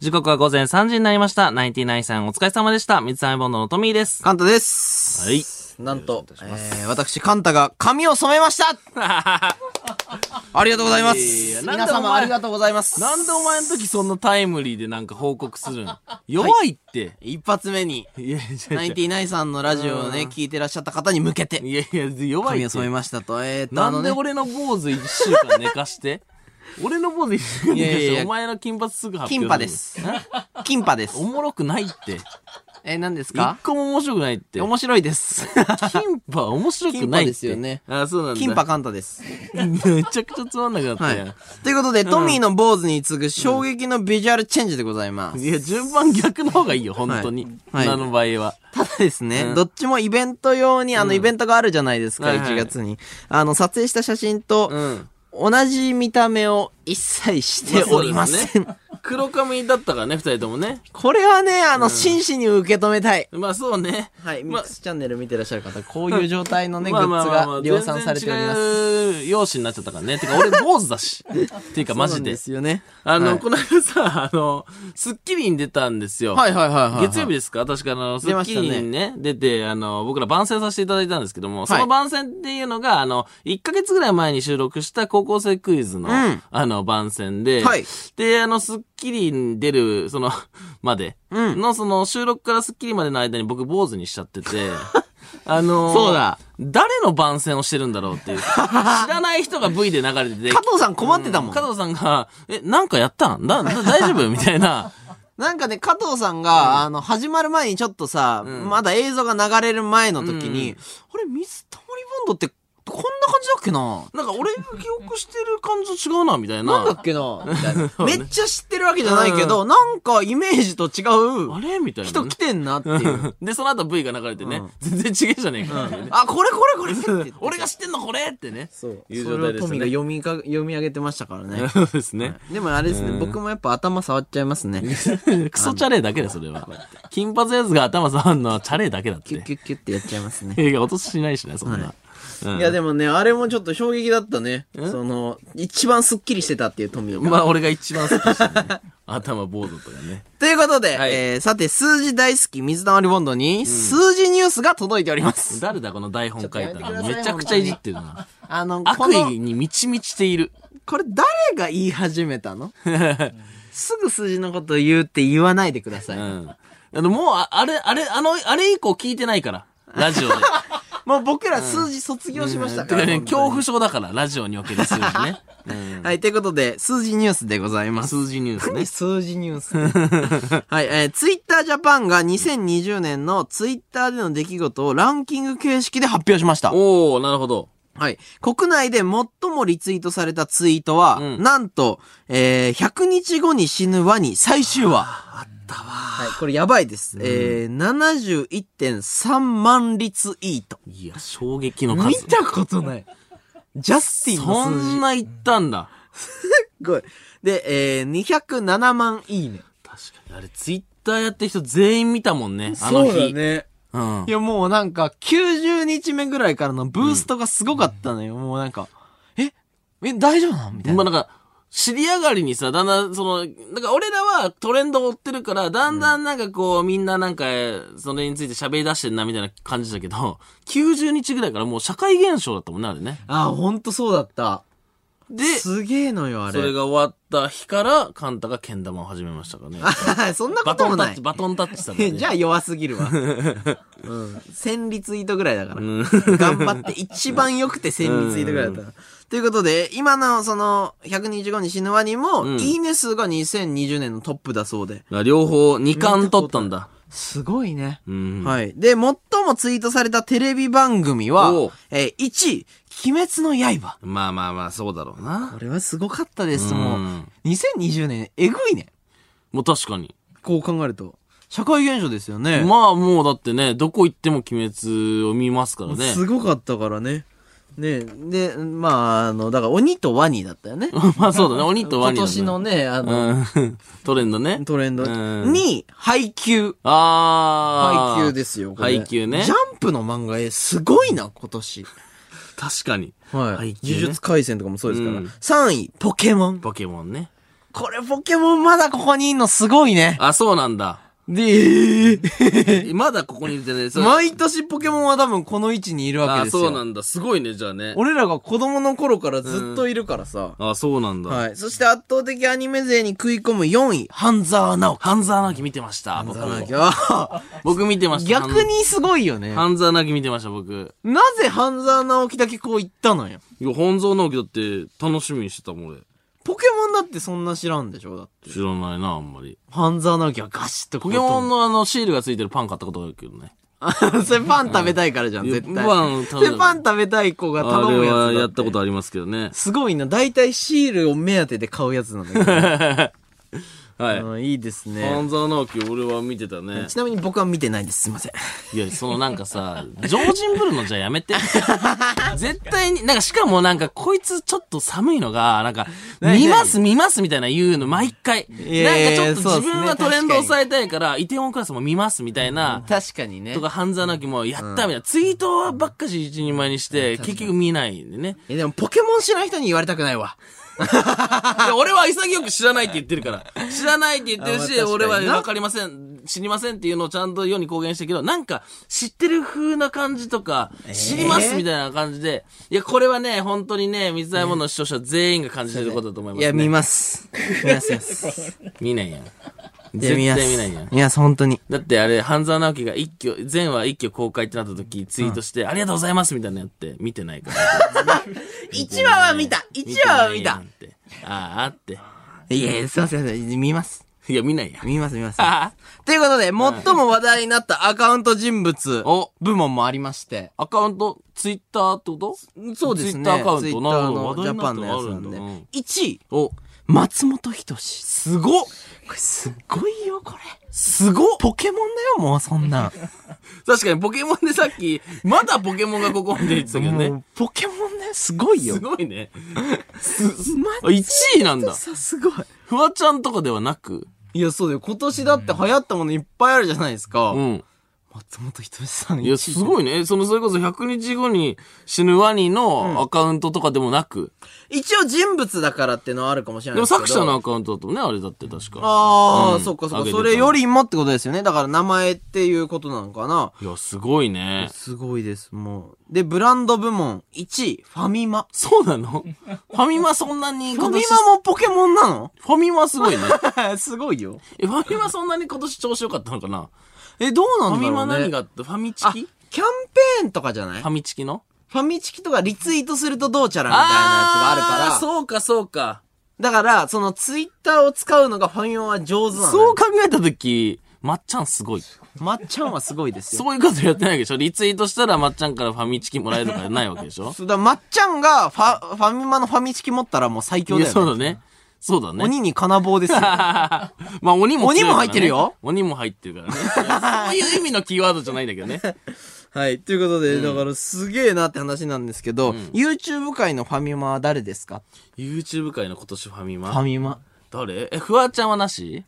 時刻は午前3時になりました。ナインティナインさんお疲れ様でした。三つ編みボンドのトミーです。カンタです。はい。なんと、えー、私、カンタが髪を染めました ありがとうございます。いやいや皆なんでお様前ありがとうございます。なんでお前の時そんなタイムリーでなんか報告する ん弱いって。一発目に、いやいやナいインティナインさんのラジオをね、聞いてらっしゃった方に向けて、や、いやいや弱い髪をって染。めましたと。えーっと、なあのんでね、俺の坊主一週間寝かして 俺の坊主一週間寝かいやいやしいて、やお前の金髪すぐ発表金るパです。 金パですお。もろくないって。えー、何です一か個も面白くないって。面白 いです。金パ面白くないって。金パですよねあ、そうなんだ。金パカンタです。 めちゃくちゃつまんなくなったはやん。い。ということで、トミーの坊主に次ぐ衝撃のビジュアルチェンジでございます。いや、順番逆の方がいいよ、本当に。はいあの場合は。ただですね、うんどっちもイベント用に、あの、イベントがあるじゃないですか、はいはい1月に。あの、撮影した写真と、ん。同じ見た目を一切しておりません。まあそうですね黒髪だったからね、二人ともね。 これはね、あの、真摯に受け止めたい。まあそうね。はい、ミまッあクスチャンネル見てらっしゃる方、こういう状態のね、グ まあまッあズまあまあが量産されております。全然違う容姿になっちゃったからね。てか俺坊主だ し。っていうかマジそうなんでで。すよね。あの、はいこの間さ、あの、スッキリに出たんですよ。はいはいはいはい。月曜日ですか確かあの、ス出ッまキしたリねにね、出て、あの、僕ら番宣させていただいたんですけども、そはのい番宣っていうのが、あの、1ヶ月ぐらい前に収録した高校生クイズの、んあの、番宣で、はいで、あの、スッキリに出る、その、まで、 の、その、収録からスッキリまでの間に僕、坊主にしちゃって て、あのそうだ。誰の番宣をしてるんだろうっていう。知らない人が V で流れてて、加藤さん困ってたもん。加藤さんが、え、なんかやったんだ、だ大丈夫み たいな。なんかね、加藤さんが、あの、始まる前にちょっとさ、まだ映像が流れる前の時に、あれ、ミスタモリボンドって、こんな感じだっけななんか俺が記憶してる感じと違うな、みたいな。なんだっけなみたいな。 めっちゃ知ってるわけじゃないけど、なんかイメージと違あうれみたいな。人来てんなっていう。 で、その後 V が流れてね、全然違えじゃねえかっていうね。あ、これこれこれって言って 俺が知ってんのこれってね。そう。いうそ状れを態でトすミーがね。読みか、読み上げてましたからね。そうですね。でもあれですね、僕もやっぱ頭触っちゃいます ね。クソチャレーだけだ、それは。金髪のやつが頭触んのはチャレーだけだっキュッて。キュッキュッってやっちゃいますね。いや、落とししないしね、そんな。うんいやでもね、あれもちょっと衝撃だったね。その、一番スッキリしてたっていうトミーが。まあ、俺が一番好きでした ね。頭坊主とかね。ということで、はいえー、さて、数字大好き水溜りボンドに、数字ニュースが届いてお ります。誰だ、この台本書いたちょっとやめての。くださいめちゃくちゃいじってるな。あの、こ悪の意、に満ち満ちている。これ誰が言い始めたのすぐ数字のこと言うって言わないでください。うん。あの、もう、ああれ、あれ、あの、あれ以降聞いてないから。ラジオで。もう僕ら数字卒業しましたてか。からね、本当恐怖症だから、ラジオにおける数字ね。 にはい、ということで、数字ニュースでございます。数字ニュー スね。数字ニュース。 はい、えー、ツイッタージャパンが2020年のツイッターでの出来事をランキング形式で発表しました。おおなるほど。はい。国内で最もリツイートされたツイートは、うんなんと、えー、100日後に死ぬワニ最終話。あったわ。はい、これやばいです。えー、71.3万リツイート。いや、衝撃の見数。たことない。ジャスティンのそ数字。んな言ったんだ。すごい。で、えー、207万いいね。確かに。あれ、ツイッターやってる人全員見たもんね。あの日。そうだね。うんい。や、もうなんか、90日目ぐらいからのブーストがすごかったのよ。もうなんか、ええ、大丈夫なんみたいまあな。なんか、知り上がりにさ、だんだん、その、なんか俺らはトレンドを追ってるから、だんだんなんかこう、みんななんか、それについて喋り出してんなみたいな感じだけど、90日ぐらいからもう社会現象だったもんね、あれね。あ、ほんとそうだった。で、すげえのよ、あれ。それが終わった日から、カンタがけん玉を始めましたからね。 そんなこバとトもンタなッいチ、。バトンタッチしたんだね。 じゃあ弱すぎるわ。うん。1000リツイートぐらいだから。ん頑張って、一番良くて1000リツイートぐらいだったな。ということで、今のその、125に死ぬワニも、んいいね数が2020年のトップだそうで。あ両方2冠取ったんだ。すごいね。うん。はい。で、最もツイートされたテレビ番組はおう、えー、1位、鬼滅の刃。まあまあまあ、そうだろうなこ。れはすごかったです、うんもう。2020年、えぐいね。もう確かに。こう考えると。社会現象ですよね。まあもうだってね、どこ行っても鬼滅を見ますからね。すごかったからね。ねで、まあ、あの、だから鬼とワニだったよね。 まあ そうだね、鬼とワニ、今年の。ね、あの、うん。 トレンドね。トレンド。うんに、配給。あー。配給ですよ、これ。配給ねジャンプの漫画、え、すごいな、今年。確かに。はい。配給ね呪術廻戦とかもそうですから。うん3位、ポケモン。ポケモンね。これポケモンまだここにいんのすごいね。あ、そうなんだ。で、 えーまだここにいるってね。それ毎年ポケモンは多分この位置にいるわけあ、ですよ。そうなんだ。すごいね、じゃあね。俺らが子供の頃からずっといるからさ。あ、そうなんだ。はい。そして圧倒的アニメ勢に食い込む4位、半沢直樹。ハンザーナギ見てました、僕。あ僕見てました。 逆にすごいよね。ハンザーナギ見てました、僕。なぜ半沢直樹だけこう言ったのよ。いや、本蔵直樹だって楽しみにしてたもん、俺。ポケモンだってそんな知らんでしょだって。知らないな、あんまり。半沢直樹はガシッとポポケモンのあの、シールがついてるパン買ったことあるけどね。ン。 それパン食べたいからじゃん、うん絶対。パンそ食べれパン食べたい子があ頼むれやつだっはて。やったことありますけどね。すごいな。大体シールを目当てで買うやつな んだけど。はい。うんいいですね。半沢直樹、俺は見てたね。ちなみに僕は見てないです。すいません。いや、そのなんかさ、常人ぶるのじゃやめて。 絶対に、なんかしかもなんかこいつちょっと寒いのが、なんか、ね見ます見ますみたいな言うの毎回。なんかいやいやちょっとそう自っすね分はトレンド抑えたいから、イテウォンクラスも見ますみたいな。確かにねとか、半沢直樹もやったみたいな。ツイートばっかし一人前にして、結局見ないんでね。え、でもポケモン知らん人に言われたくないわ。いや俺は潔く知らないって言ってるから。知らないって言ってるし、あまあ確俺かはになわかりません、知りませんっていうのをちゃんと世に公言してるけど、なんか知ってる風な感じとか、知りますみたいな感じで、いや、これはね、本当にね、水溜りボンドの視聴者全員が感じてることだと思います、いね。や、見ます。見ます、見 ます。見ないやん。絶いや対見見まなすいやん。見ます、本当に。だってあれ、半沢直樹が一挙、前話一挙公開ってなった時、ツイートして、ありがとうございますみたいなのやって、見てないから。 1話は見た !1 話は見たてないやんって。あーあって。いやいや、すいません、すいません見ます。いや、見ないやん。見ます、見ます。あということで、最も話題になったアカウント人物お部門もありまして。アカウント、ツイッターってことそうですね。ツイッターアカウンツイトッターなるのほどジ話題ャにパなンったのあのやつるなんんで。だうん1位、お、松本人志。すごっこれすっごいよ、これ。すごポケモンだよ、もうそんなん。確かにポケモンでさっき、まだポケモンがここまで言ってたけどもね。うポケモンだよ、すごいよ。すごいね。ま1位なんだ。さ、すごい。フワちゃんとかではなく、いや、そうだよ。今年だって流行ったものいっぱいあるじゃないですか。うん。松本人志さんいや、すごいね。えその、それこそ100日後に死ぬワニのアカウントとかでもなく、一応人物だからってのはあるかもしれないでもすけど作者のアカウントだとね、あれだって確か。ああ、うんそっかそ上っか。げてたそれよりもってことですよね。だから名前っていうことなのかな。いや、すごいね。すごいです、もう。で、ブランド部門1位、ファミマ。そうなのファミマそんなにファ今ミ年、マもポケモンなのファミマすごいね。 すごいよ。え、ファミマそんなに今年調子良かったのかなえ、どうなファんだろう、ね、ミマ何があったファミチあ、キャキンペーンとかじゃないファミチキのファミチキとかリツイートするとどうちゃらみたいなやつがあるああー、から。そうか、そうか。だから、そのツイッターを使うのがファミマは上手なの。そう考えたとき、まっちゃんすごい。まっちゃんはすごいですよ。そういうことやってないわけでしょリツイートしたらまっちゃんからファミチキもらえるとかないわけでしょそうだ、まっちゃんがファ、ファミマのファミチキ持ったらもう最強いだや、よ、ね。そうだね。そうだね。鬼に金棒です よ。まあ鬼も強いからね鬼も入ってるよ。鬼も入ってる からね。そういう意味のキーワードじゃないんだけどね。 はい。ということで、だからすげえなって話なんですけど、YouTube 界のファミマは誰ですか YouTube 界の今年ファミファマ。ミマ。誰え、フワちゃんはなし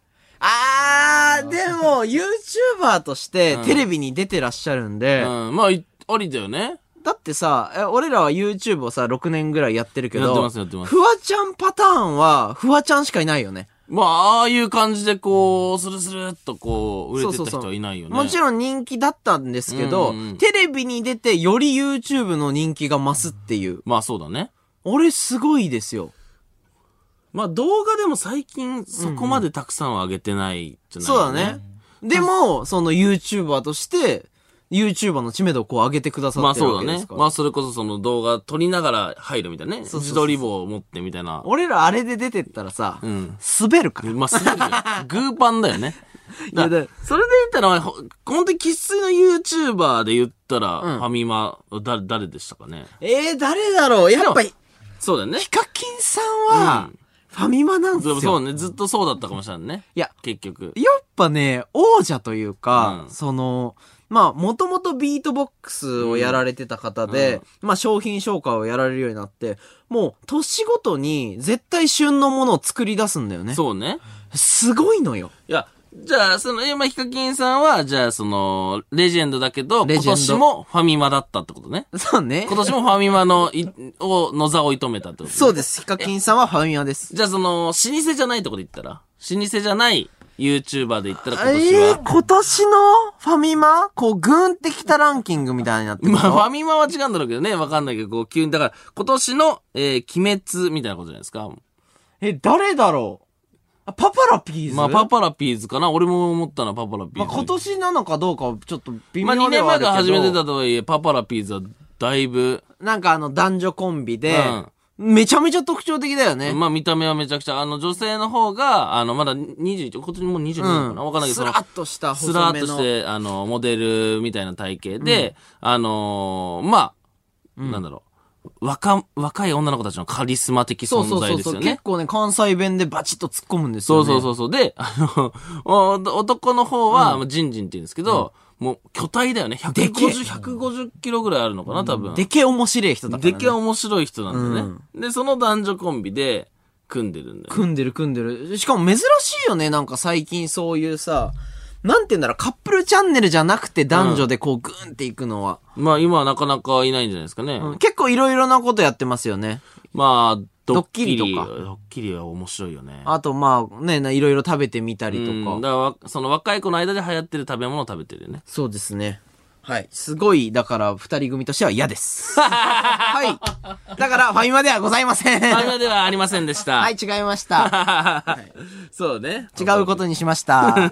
あー、でも、YouTuber としてテレビに出てらっしゃるんで、うん。まあ、いありだよね。だってさ、え俺らは YouTube をさ、6年ぐらいやってるけど、やってますやってますフワちゃんパターンは、フワちゃんしかいないよね。まあ、ああいう感じでこう、スルスルっとこう、売れてった人はいないよね。もちろん人気だったんですけど、うんうんテレビに出てより YouTube の人気が増すっていう。まあそうだね。俺すごいですよ。まあ動画でも最近そこまでたくさんは上げてないじゃない、そうだね。。でも、その YouTuber として、YouTuber の知名度をこう上げてくださまあってるそわうけだですねか。ら。まあそれこそその動画撮りながら入るみたいなね。そうそうそう自撮り棒を持ってみたいな。俺らあれで出てったらさ、うん。滑るから。まあ すごいよ。グーパンだよね。いやだそれで言ったら、ほ本当に喫水の YouTuber で言ったら、うんファミマ、だ、誰でしたかね。えー、誰だろうやっぱり、そうだよね。ヒカキンさんは、うファミマなんですでよ。もそうね、ずっとそうだったかもしれんね。いや、結局。やっぱね、王者というか、うんその、まあ、もともとビートボックスをやられてた方で、まあ、商品紹介をやられるようになって、もう、年ごとに絶対旬のものを作り出すんだよね。そうね。すごいのよ。いや、じゃあ、その、今、ヒカキンさんは、じゃあ、その、レジェンドだけど、レ今ジェ年ンドもファミマだったってことね。そうね。今年もファミマの、い、 を、の座を射止めたってこと、ね、そうです。ヒカキンさんはファミマです。じゃあ、その、老舗じゃないとこで言ったら老舗じゃない YouTuber で言ったらえ今年ーは、今年のファミマこう、グーンってきたランキングみたいになってるまあ、ファミマは違うんだろうけどね。わかんないけど、こう、急に、だから、今年の、えー、鬼滅みたいなことじゃないですか。え、誰だろうあパパラピーズまあ、パパラピーズかな。俺も思ったな、パパラピーズ。まあ今年なのかどうかはちょっと微まあ、2妙で年はあ前るけかど、ら始めてたとはいえ、パパラピーズは、だいぶ、なんかあの男女コンビで、めちゃめちゃ特徴的だよね。まあ見た目はめちゃくちゃ、あの女性の方が、あのまだ21、今年もう22うなのかなわかんないけスど、ラッとしたそのスラ細ーっめとの。して、あの、モデルみたいな体型で、あのーまあ、なんだろう、若、若い女の子たちのカリスマ的そ存うそう在そうですそう、よね結。構ね、関西弁でバチッと突っ込むんですそようね。そうそうそう。で、あの、お男の方は、まあジンジンって言うんですけど、もう巨体だよね。でけえ150、150キロぐらいあるのかな、多分。でけえ面白い人だから、でね。けえ面白い人なんだよね。で、その男女コンビで組んでるんだよね組んでる組んでる。しかも珍しいよね、なんか最近そういうさ、なんて言うんだろう、カップルチャンネルじゃなくて男女でこうグーンっていくのは。まあ今はなかなかいないんじゃないですかね。うん結構いろいろなことやってますよね。まあ、ドッキリドッキリとかドッキリは面白いよね。あとまあね、ないろいろ食べてみたりうんとか。だからわ、その若い子の間で流行ってる食べ物を食べてるよね。そうですね。はい。すごい、だから、二人組としては嫌 です。はい。だから、ファミマではございません。あれはまではありませんでした。い、違いま した。そうね。違うことにしました。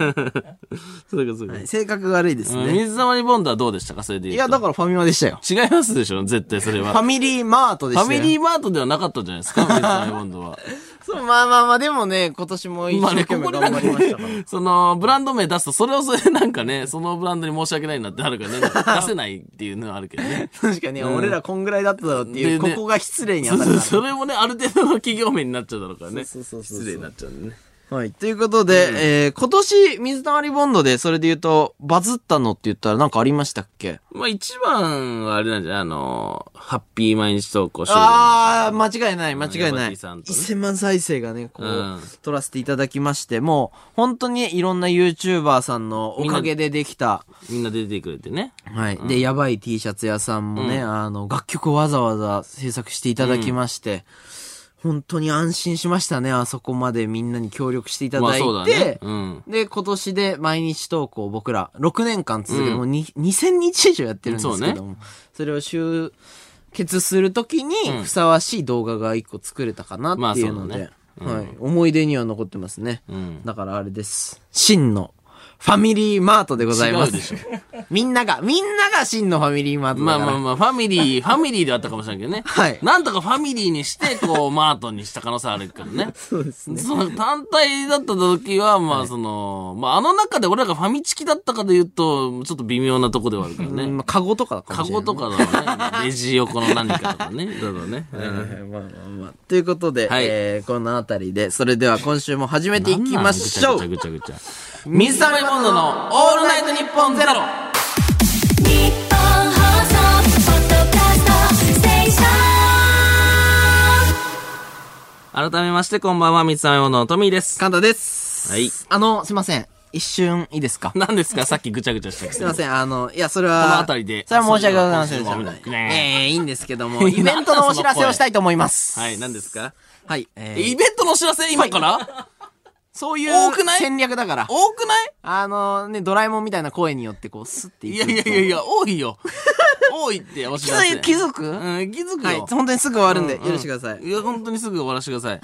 そうかそうか。 性格悪いですうんね。水溜りボンドはどうでしたかそれでい言うや、と。だからファミマでしたよ。違いますでしょ絶対それ ファは。ミリーマートでフしたァよ。ミリーマートではなかったじゃないですか、水溜りボンドは。そう、まあまあまあ、でもね、今年も一まあ生ね、懸ここ命でなん頑張かりましねたから。、その、ブランド名出すと、それをそれでなんかね、そのブランドに申し訳ないなってなるからね、なんか出せないっていうのはあるけどね。確かに、俺らこんぐらいだっただろうっていう、でこねこが失礼にそ当うたそうるそれもね、ある程度の企業名になっちゃうだろうからね。そうそうそうそう失礼になっちゃうんでね。な。はい。ということで、えー、今年、水溜りボンドで、それで言うと、バズったのって言ったらなんかありましたっけまあ一番はあれなんじゃないあのー、ハッピー毎日投稿集ああ、間違いない、間違いヤバない。ティさんとね1000万再生がね、こう、うん取らせていただきまして、もう、本当にいろんな YouTuber さんのおかげでできた、みんな出てくれてね。はい。で、やばい T シャツ屋さんもね、あの、楽曲をわざわざ制作していただきまして、本当に安心しましたね、あそこまでみんなに協力していたまあだいて、そうだね。うん。で、今年で毎日投稿を僕ら6年間続けて、もうに2000日以上やってるんですけども、それを集結するときにふさわしい動画が1個作れたかなっていうので、はい、思い出には残ってますね。んだからあれです。真のファミリーマートでございま違うですし。 みんなが、みんなが真のファミリーマートだまかあら。まあまあ、ファミリー、ファミリーであったかもしれないけどね。はいなんとかファミリーにして、こ う、マートにした可能性あるからね。そうですね。その単体だった時は、まあその、まああの中で俺らがファミチキだったかで言うと、ちょっと微妙なとこではあるけどね。うんまあ、カゴとかカかもしれゴないとかだろうね。レジ横の何かとかね。だろうね。まあまあまあ。ということで、はいえーこのあたりで、それでは今週も始めていきましょう。ぐちゃぐちゃぐちゃぐちゃ。水溜りボンドのオールナイトニッポンゼロ日本放送ポッドキャストステーショ改めまして、こんばんは、水溜りボンドのトミーです。カンタです。はいあの、すいません。一瞬いいですか何ですかさっきぐちゃぐちゃしたくすいせにません。あの、いや、それこは。の辺りでそれは申し訳ございませんでそういうのはし危た。ないねええいいんですけ ども、イベントのお知らせをしたいと思います。はい、何ですかはい。えイー、ベントのお知らせ今から、そうい多うくない戦略だから。多くないあのね、ドラえもんみたいな声によってこう、スッていいくやいやいやいや、多いよ。多いってお知気らせづ。気づく、うん、気づくよ。はい。本当にすぐ終わるんで、うんうん許してください。いや、本当にすぐ終わらせてください。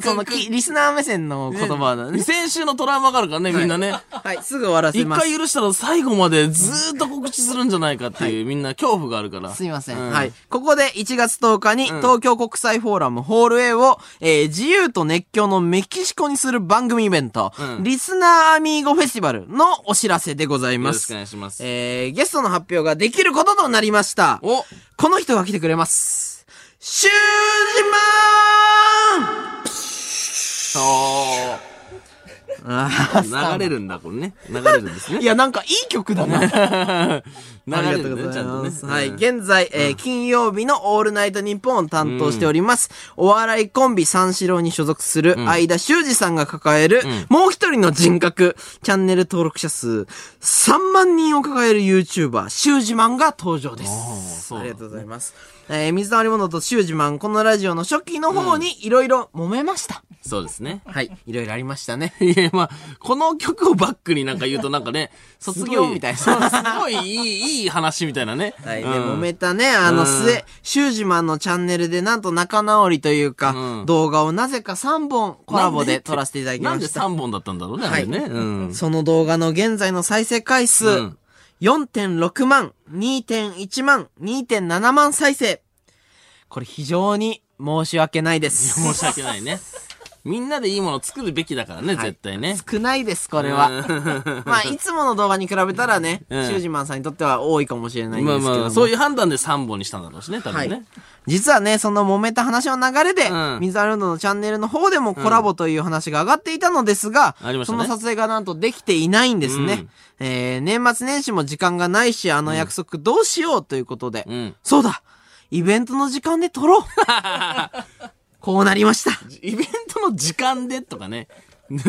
その、きリスナー目線の言葉だね。先週のトラウマがあるからね、みんなね。はい、すぐ終わらせ一ます。回許したら最後までずーっと告知するんじゃないかっていう、みんな恐怖があるから。すいません。うはい。ここで1月10日に東京国際フォーラムホール A を、えー自由と熱狂のメキシコにする番組イベント、うんリスナーアミーゴフェスティバルのお知らせでございよまろしくおす。願いします。えー、ゲストの発表ができることとなりました。おこの人が来てくれます。シュージマン流れるんだ、これね。流れるんですね。いや、なんかいい曲だな。流あれるりがんとだうごね、ちざゃんいとまねす。。はい。うん現在、えー金曜日のオールナイトニッポンを担当しております。お笑いコンビ三四郎に所属する相田修二さんが抱える、もう一人人の人格、チャンネル登録者数3万人を抱える YouTuber、シュージマンが登場です。あーそうありがとうございます。えー、水溜りボンドとシュージマン、このラジオの初期の方にいろいろ揉めました。そうですね。はい。いろいろありましたね。いや、まあ、この曲をバックになんか言うとなんかね、卒業みたいな。そうすごいいい、いい話みたいなね。はい、ね、うん揉めたね、あうのん末、シュージマンのチャンネルでなんと仲直りというか、うん動画をなぜか3本コラボで撮らせていただきなまんでした。 3本だったんだろうね、あれね。はいうん。その動画の現在の再生回数、うん4.6万、2.1万、2.7万再生。これ非常に申し訳ないです。申し訳ないね。みんなでいいものを作るべきだからね、はい絶対ね。少ないです、これは。まあ、いつもの動画に比べたらね、うんシュージマンさんにとっては多いかもしれないんでますあけども。まあ、そういう判断で3本にしたんだろうしね、多は分いね。。実はね、その揉めた話の流れで、うん水溜りボンドのチャンネルの方でもコラボという話が上がっていたのですが、うんありましたそねの撮影がなんとできていないんですね。えー、年末年始も時間がないし、あの約束どうしようということで、うん。そうだイベントの時間で撮 ろうこうなりました。イベントの時間でとかね。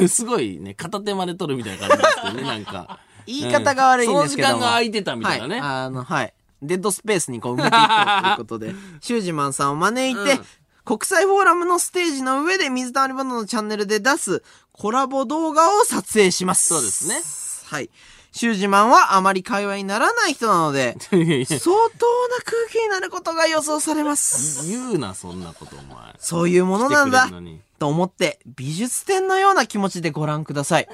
すごいね、片手まで撮るみたいな感じですけどね、なんか。 言い方が悪いんですけども、うんその時間が空いてたみたいなねはい、あの、はい。デッドスペースにこう埋めていこうというこ とで、シュージマンさんを招いて、国際フォーラムのステージの上で水溜りボンドのチャンネルで出すコラボ動画を撮影します。そうですね。はい。シュージマンはあまり会話にならない人なの で、いやいや相当な空気になることが予想されます。言うな、そんなこと、お前。そういうものなん来てだくれるのに。と思って、美術展のような気持ちでご覧ください。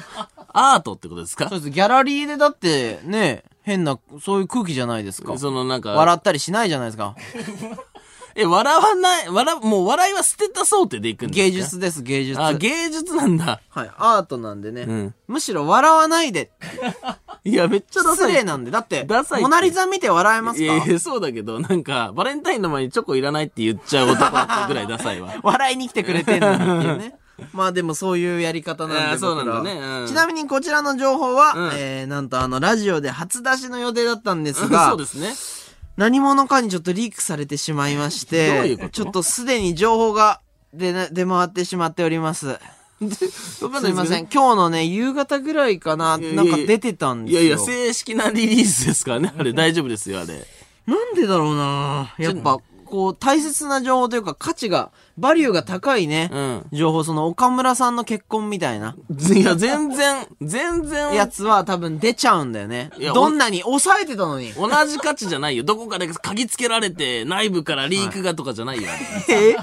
アートってことですかそうです。ギャラリーでだって、ね、変な、そういう空気じゃないですか。そのなんか、笑ったりしないじゃないですか。え、笑わない、笑、もう笑いは捨てた想定でいくんですか芸術です、芸術。あ、芸術なんだ。はい、アートなんでね。んむしろ笑わないで。いや、めっちゃダ失サい。礼なんで。だって、ダサいってモナリザ見て笑えますいやいかや、そうだけど、なんか、バレンタインの前にチョコいらないって言っちゃう男ぐらいダサいわ。笑いに来てくれてんのにっていうね。 まあでもそういうやり方なんあでーそうなんだね僕らはうんちなみにこちらの情報は、うんえー、なんとあの、ラジオで初出しの予定だったんです が、そうですね。何者かにちょっとリークされてしまいまして、どういうことちょっとすでに情報が出な出回ってしまっております。わかん すないいません。ん。今日のね、夕方ぐらいかな、いやいなやんか出てたんでいすやよ。いや、正式なリリースですからね。あれ、大丈夫ですよ、あれ。なんでだろうなやっぱ、こう、大切な情報というか価値が、バリューが高いね。う情報、その岡村さんの結婚みたいな。ん。いや、全然、全然、やつは多分出ちゃうんだよねい。やどんなに抑えてたのに。同じ価値じゃないよ。どこかで嗅ぎつけられて、内部からリークがとかじゃないよ。あれ えい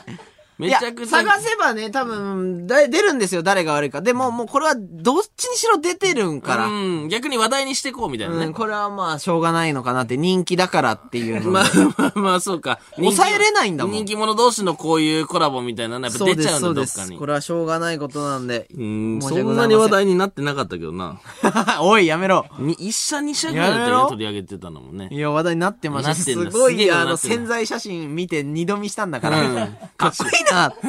めやちゃく、ちゃ。探せばね、多分、だ出るんですよ、誰が悪いか。でも、もうこれはどっちにしろ出てるんから。うん、逆に話題にしてこうみたいなうん、ね。これはまあ、しょうがないのかなって、人気だからっていう のでまあまあまあ、そうか。抑えれないんだもん人気者同士のこういうコラボみたいなのやっぱそう出でちゃす、うそのうどでっかす。にこ。れはしょうがないことなんで。うん、申しそ訳ごんざないませんに話題になってなかったけどな。 おい、やめろ。に一社二社ぐらいだったやめよろね取り上げてたのもねい。や、話題になってました。なってすんだごすげえい、のあなの、ってんだ潜在写真見て二度見したんだか うんら。かっこいいなって。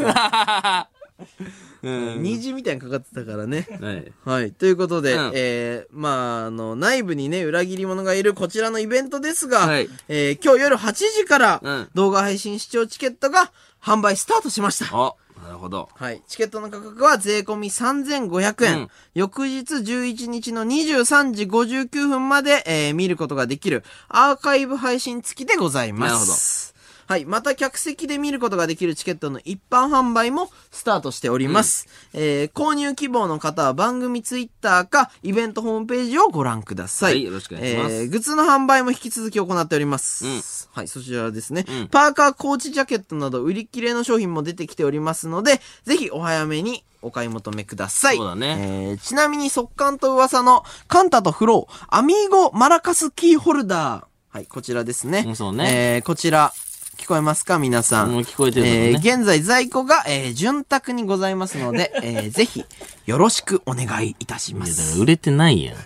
うん。虹みたいにかかってたからね。はい。はい。ということで、うんえー、まあ、あの、内部にね、裏切り者がいるこちらのイベントですが、はいえー、今日夜8時から、うん動画配信視聴チケットが販売スタートしました。あ、なるほど。はい。チケットの価格は税込み3500円。うん翌日11日の23時59分まで、えー見ることができるアーカイブ配信付きでございます。はい。また客席で見ることができるチケットの一般販売もスタートしております。えー購入希望の方は番組ツイッターかイベントホームページをご覧ください。はいよろしくお願いしますえーグッズの販売も引き続き行っております。うんはい、そちらですね。うんパーカー、コーチジャケットなど売り切れの商品も出てきておりますので、ぜひお早めにお買い求めください。そうだねえーちなみに速乾と噂のカンタとフロー、アミーゴマラカスキーホルダー。はい、こちらですね。うんそうねえーこちら、聞こえますか皆さん。もう聞こえてるのねえー現在在庫が、えー潤沢にございますので、 えーぜひ、よろしくお願いいたしまいや、だす。から売れてないやん。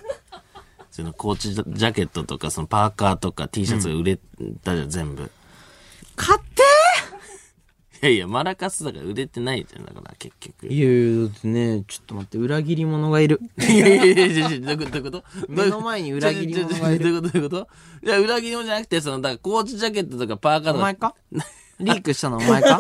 そのコーチジャケットとか、そのパーカーとか T シャツが売れたじゃん、全部。い買ってやいや、マラカスだから売れてないじゃん、だから結局。いいやいや、だってね、ちょっと待って、裏切り者がいる。やいやいやいやいや、どういうことどういうこと目の前に裏切り者がちょちょちいるょどういうことどういうこといや、裏切り者じゃなくて、その、だからコーチジャケットとかパーカーおと前か。か リークしたのお前 か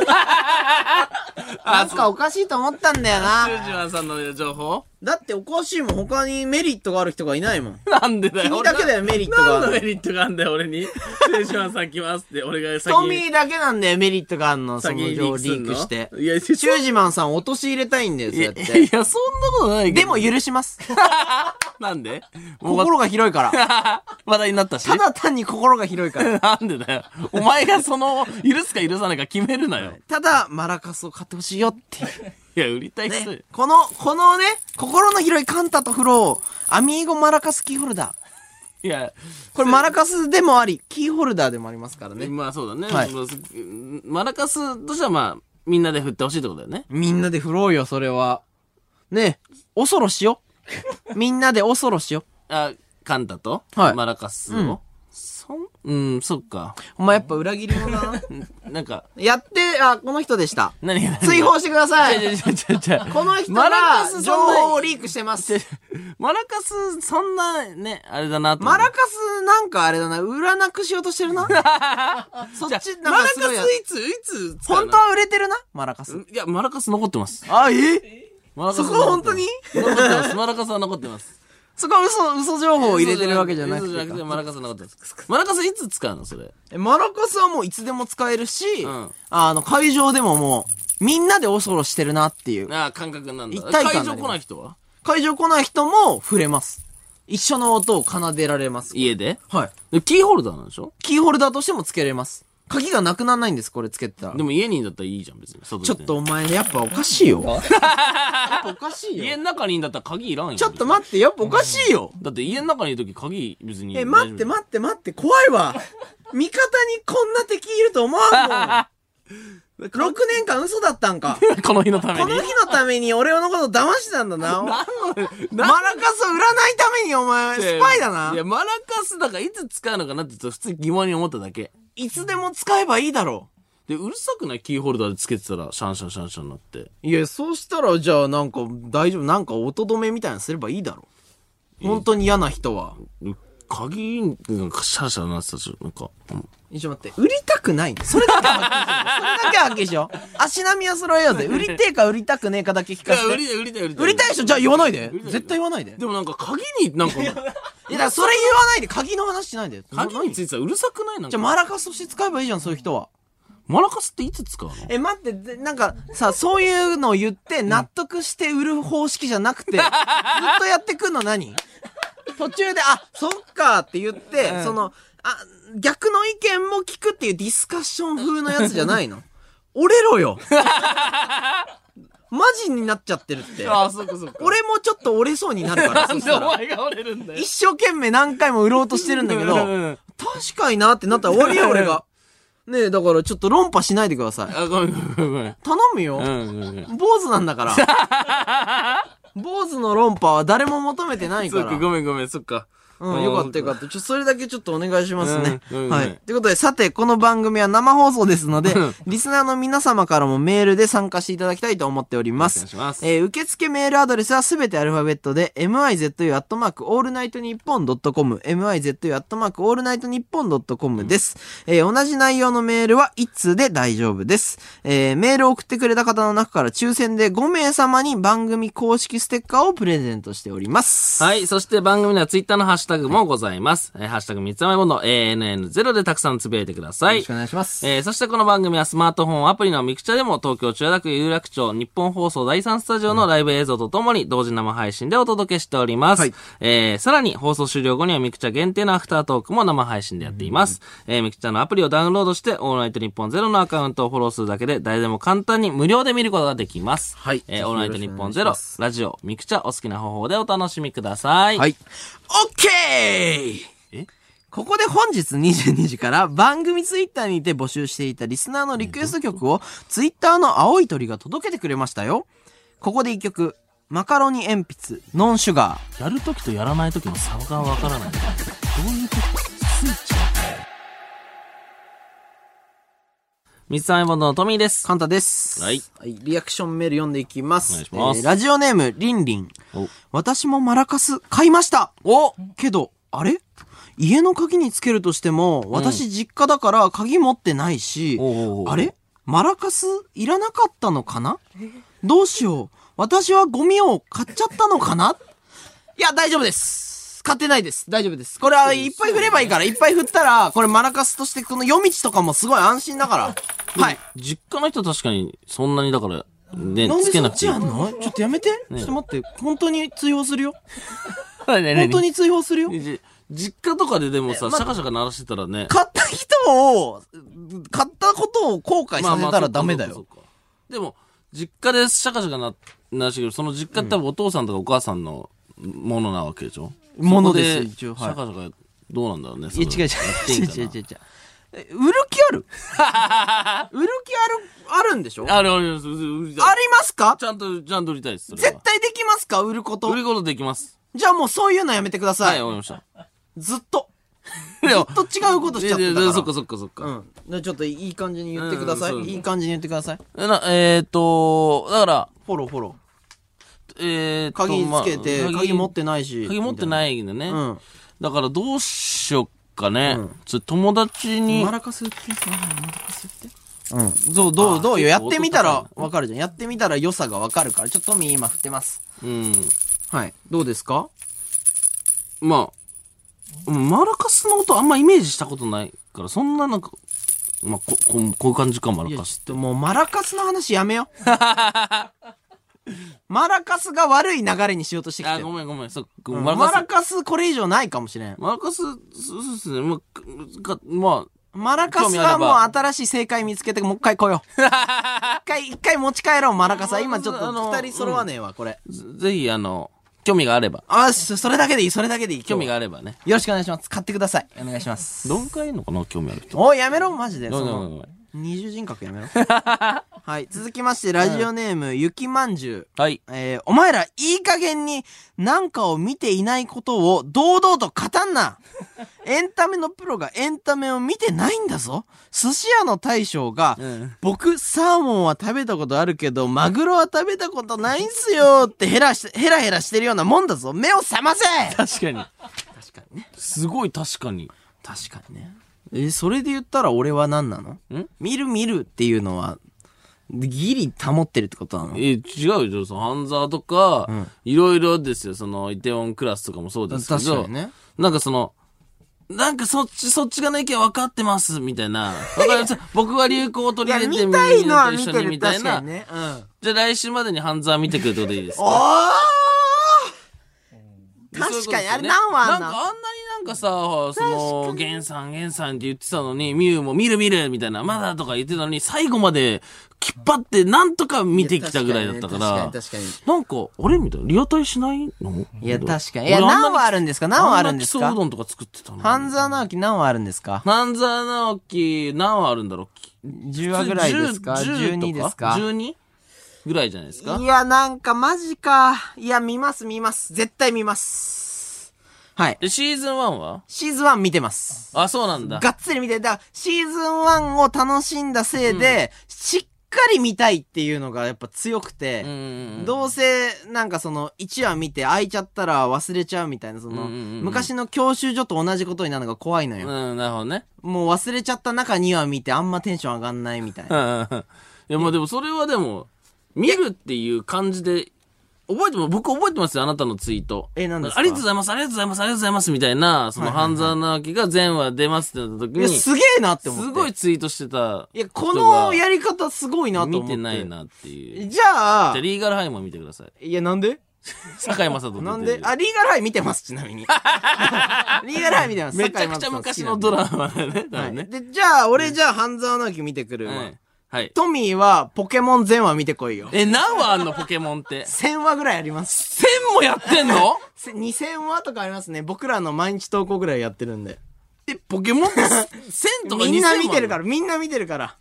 なんかおかしいと思ったんだよなシ。ュージュワンさんの情報だっておかしいもん、他にメリットがある人がいないもん。なんでだよ。君だけだよ俺メリットが何のメリットがあんだよ、俺に。シュージュワンさん来ますって、俺が先トミーだけなんだよ、メリットがあんの、その先にリ情ー報クすリんーのクして。いや、シュージマンさん落とし入れたいんだよ、そうやっいやいて。や、そんなことないけでど。も許します。 なんでもうわ心が広 いから。話題になったし。ただ単に心が広いから。なんでだよ。お前がその、許すか許さないか決めるなよ。ただ、マラカスを買ってほしいよっていう。いや、売りたいくせにね。この、このね、心の広いカンタとフロー、アミーゴマラカスキーホルダー。いや、これマラカスでもあり、キーホルダーでもありますからね。まあそうだね。はいまあすマラカスとしてはまあ、みんなで振ってほしいってことだよね。みんなで振ろうよ、それは。ねえ、恐ろしよ。みんなで恐ろしよ。あ、カンタと、はいマラカスを。うんそん、うん、そっか。お前やっぱ裏切り者だな。なんか、やって、あ、この人でした。何が追放してくださ違う違う違うい。違うこの人マラカがス情そんな報をリークしてます。 マラカス、そんな、ね、あれだなと思うマラカスなんかあれだな、売らなくしようとして るな。マラカスそっち、なんかすごいや。いつ、いつ使う本の当は売れてるな、マラカス。いや、マラカス残ってます。あ、えマラカスそこ本当に残ってます。マラカスは残ってます。そこは嘘、嘘情報を入れてるわけじゃな嘘くてくて、か。マラカスのことです。マラカスいつ使うのそれ。えマラカスはもういつでも使えるし、うんあの、会場でももう、みんなで恐ろしてるなっていう。ああ、感覚なんだ。一体会感だ場ね来ない人は会場来ない人も触れます。一緒の音を奏でられます。家ではい。でキーホルダーなんでしょキーホルダーとしてもつけれます。鍵がなくならないんです、これつけてたらで。も家にだったらいいじゃん、別に。外ちょ出ってと。お前、やっぱおかし いよ。やっぱおかしい家よ。の中にいんだったら鍵いらんよ。ちょっと待って、やっぱおかしいよ。だって家の中にいるとき鍵別に。え、待って大丈夫待って待って、怖いわ。味方にこんな敵いると思わんも ん。6年間嘘だったんか。この日のためこに。。の日のために俺のこと騙してたんだ な。マラカスを売らないためにお前、スパイだないや、マラカスだからいつ使うのかなってちょっと普通に疑問に思っただけ。いつでも使えばいいだろで、うるさくないキーホルダーでつけてたら、シャンシャンシャンシャンなって。う。いや、そうしたらじゃあなんか大丈夫。なんか音止めみたいなのすればいいだろう。本当に嫌な人は。鍵、なんかシャンシャンなってたし、なんか。うん一応待って。売りたくない。それだけはっきりしよう。それだけはっきりし よう。足並みは揃えようぜ。売りてえか売りたくねえかだけ聞かせて。たい、売りたい、売り売りたい人じゃあ言わないで売り。たい絶対言わないで。いや、でもなんか鍵になんか、だからそれ言わないで鍵の話しないで。鍵何についてたらうるさくないなんじか。ゃあマラカスとして使えばいいじゃん、そういう人は。マラカスっていつ使うのえ、待って、でなんか、さ、そういうのを言って、納得して売る方式じゃな くて、ずっとやってくんの何途中で、あ、そっかって言って、その、あ、逆の意見も聞くっていうディスカッション風のやつじゃない の折れ ろよマジになっちゃってるって。ああ、そっか そっか。俺もちょっと折れそうになるから、そしたらが折れるんだ一生懸命何回も売ろうとしてるんだけど、確かになってなったら終わりよ、俺が。ねえ、だからちょっと論破しないでください。あ、ごめんごめんごめん。頼むよ。うんうんうん。坊主なんだから。 坊主の論破は誰も求めてないそかっら。か、ごめんごめん、そっか。うん、よかったよかった。ちょ、それだけちょっとお願いしますね。うんうんはうんい。ということで、さて、この番組は生放送ですのでうん、リスナーの皆様からもメールで参加していただきたいと思っておりまお願すい。しますえー受付メールアドレスはすべてアルファベットで、mizu.allnightnippon.com、mizu.allnightnippon.com です。えー同じ内容のメールは1通で大丈夫です。えーメールを送ってくれた方の中から抽選で5名様に番組公式ステッカーをプレゼントしております。はい。そして番組にはツイッターのハッシュタグもございます。えーハッシュタグ三つまごの ANN0 でたくさんつぶやいてくださよろいしく。お願いします。えーそしてこの番組はスマートフォンアプリのミクチャでも東京千代田区有楽町日本放送第3スタジオのライブ映像とともに同時生配信でお届けしております。はいえーさらに放送終了後にはミクチャ限定のアフタートークも生配信でやっています。えーミクチャのアプリをダウンロードしてオールナイトニッポンゼロのアカウントをフォローするだけで誰でも簡単に無料で見ることができます。はいえーオールナイトニッポンゼよろロしくおラ願いしますジオミクチャお好きな方法でお楽しみください。はい。オッケーえここで本日22時から番組ツイッターにて募集していたリスナーのリクエスト曲をツイッターの青い鳥が届けてくれましたよ。ここで一曲。マカロニ鉛筆、ノンシュガー。やるときとやらないときの差がわからない。どういうことスイッチ三つ編みボンドのトミーです。カンタです。はい。リアクションメール読んでいきます。お願いしますえーラジオネーム、リンリン。お私もマラカス買いましたおけど、あれ家の鍵につけるとしても、私実家だから鍵持ってないし、おうおうおうあれマラカスいらなかったのかなどうしよう。私はゴミを買っちゃったのかないや、大丈夫です。買ってないです。大丈夫です。これはいっぱい振ればいいから、いっぱい振ったら、これマラカスとして、この夜道とかもすごい安心だから。はい。実家の人確かに、そんなにだから、ねなん、つでけそなっくてちいい。やんのちょっとやめて。ちょっと待って。本当に通用するよ。本本当に通用するよ。じ実家とかででもさ、シャカシャカ鳴らしてたらね。買った人を、買ったことを後悔させたらダメだそうよ。かそうかでも、実家でシャカシャカな、鳴らしてくる。その実家って多分お父さんとかお母さんのものなわけでしょものですそこ一応シはいャカシャカ、どうなんだろうね。そいれや、違う違 う違う違う違う違う。え売る気ある 売る気ある、あるんでしょああれ、あれ、あれちりますかゃんと、ちゃんと売りたいです。それは絶対できますか売るこ売と。ることできます。じゃあもうそういうのやめてくださはいい、。わかりました。ずっと。いやずっと違うことしちゃってたからいやいやそっかそっかそっか。うん。でちょっといい感じに言ってください。うんそういい感じに言ってください。えなえっ、と、だから、フォローフォロえー、ー。鍵つけて、まあ鍵持ってないし。鍵持ってい。ないんだね。うん。だからどうしよっかね。ちょ友達にマ、ラカス売ってマラカス売ってうん。どう、どう、どうよ。や結構ってみた音ら高わかるじゃん。やってみたら良さがわかるから。ちょっとトミー今振ってます。うん。はい。どうですかまあ、うんマラカスの音あんまイメージしたことないから、そんななんか、まあ、こ、こうこういう感じか、マいラや、カちスょっともうマラカスの話やめよう。マラカスが悪い流れにしようとしてきてあ、るご。めんごめん。そっか、うんママラカス。ラカスこれ以上ないかもしれん。マラカス、そうそうですね。まあ、か、まマラカスはもう新しい正解見つけてもう一回来よう。一回、一回持ち帰ろう、マラカスは。今ちょっあとの二人揃わねえわ、これ。あ、ぜぜひ、あの、興味があれば、あ、そそれだけでいい、それだけでいい。興味がああればね。る。よろしくお願いします。買ってください。お願いします。どんくらいいるのかな、興味ある人。おい、やめろ、マジで。ごそめんごめんのごめん二重人格やめろ。 はい、続きまして、ラジオネーム、ゆきまんじゅう。はい。えーお前らいい加減に何かを見ていないことを堂々と語ん なエンタメのプロがエンタメを見てないんだぞ寿司屋の大将が、うん僕サーモンは食べたことあるけどマグロは食べたことないんすよってヘラしてヘラヘラしてるようなもんだぞ目を覚ませ確かに。確かにねすごい確かに。確かにねえーそれで言ったら俺は何なのん見る見るっていうのはギリ保ってるってことなのえ、違うよ、その、ハンザーとか、いろいろですよ、その、イテウォンクラスとかもそうですけど、確かにねなんかその、なんかそっち、そっちがの意見分かってます、みたいな。わかります僕は流行を取り入れてみんなと一緒にみたいな。ねうんじゃあ来週までにハンザー見てくれってことでいいですかおそういうことですよね確かにあれ何話あんなんのかあんなになんかさ、その、ゲンさん、ゲンさんって言ってたのに、ミュウも見る見るみたいな、まだとか言ってたのに、最後まで、きっぱって、なんとか見てきたぐらいだったから、確かに。なんか、あれみたいな、リアタイしないのいや、確かに。い俺や、んな何話あるんですか何話あるんですあかんな基礎うどんとか作ってたの半沢直樹何話あるんですか半沢直樹、何話あるんだろうき ?10 話ぐらいですか10 ?12 とですか ?12? ぐらいじゃないですかいや、なんかマジか。いや、見ます見ます。絶対見ます。はい。で、シーズン1はシーズン1見てます。あ、そうなんだ。がっつり見て、だからシーズン1を楽しんだせいで、しっかり見たいっていうのがやっぱ強くて、うんうんうん。どうせ、なんかその、1話見て、開いちゃったら忘れちゃうみたいな、その、うんうんうん昔の教習所と同じことになるのが怖いのよ。うん、なるほどね。もう忘れちゃった中2話見て、あんまテンション上がんないみたいうんな。うんうんいや、まあでもそれはでも、見るっていう感じで、覚えても、僕覚えてますよ、あなたのツイート。え何ですかありがとうございます、ありがとうございます、ありがとうございます、みたいな、その、半沢直樹が全話出ますってなった時いや、に、すすげえなって思って。ごい。ツイートしてた。いや、このやり方すごいなと思って。見てない。なっていう。じゃあじゃあ、リーガルハイも見てください。いや、なんで坂井雅人と出てるなんであ、リーガルハイ見てます、ち なみに。リーガルハイ見てます。めちゃくちゃ昔のドララマだね、多マ分ね。ね。で、じゃあ、俺じゃあ、半沢直樹見てくるわ。はい。はい。トミーは、ポケモン全話見てこいよ。え、何話あんの、ポケモンっ て。 1000話ぐらいあります。 1000もやってんのせ2000話とかありますね。僕らの毎日投稿ぐらいやってるんで。え、ポケモン って1000とか2000もあのみんな見てるから、みんな見てるから。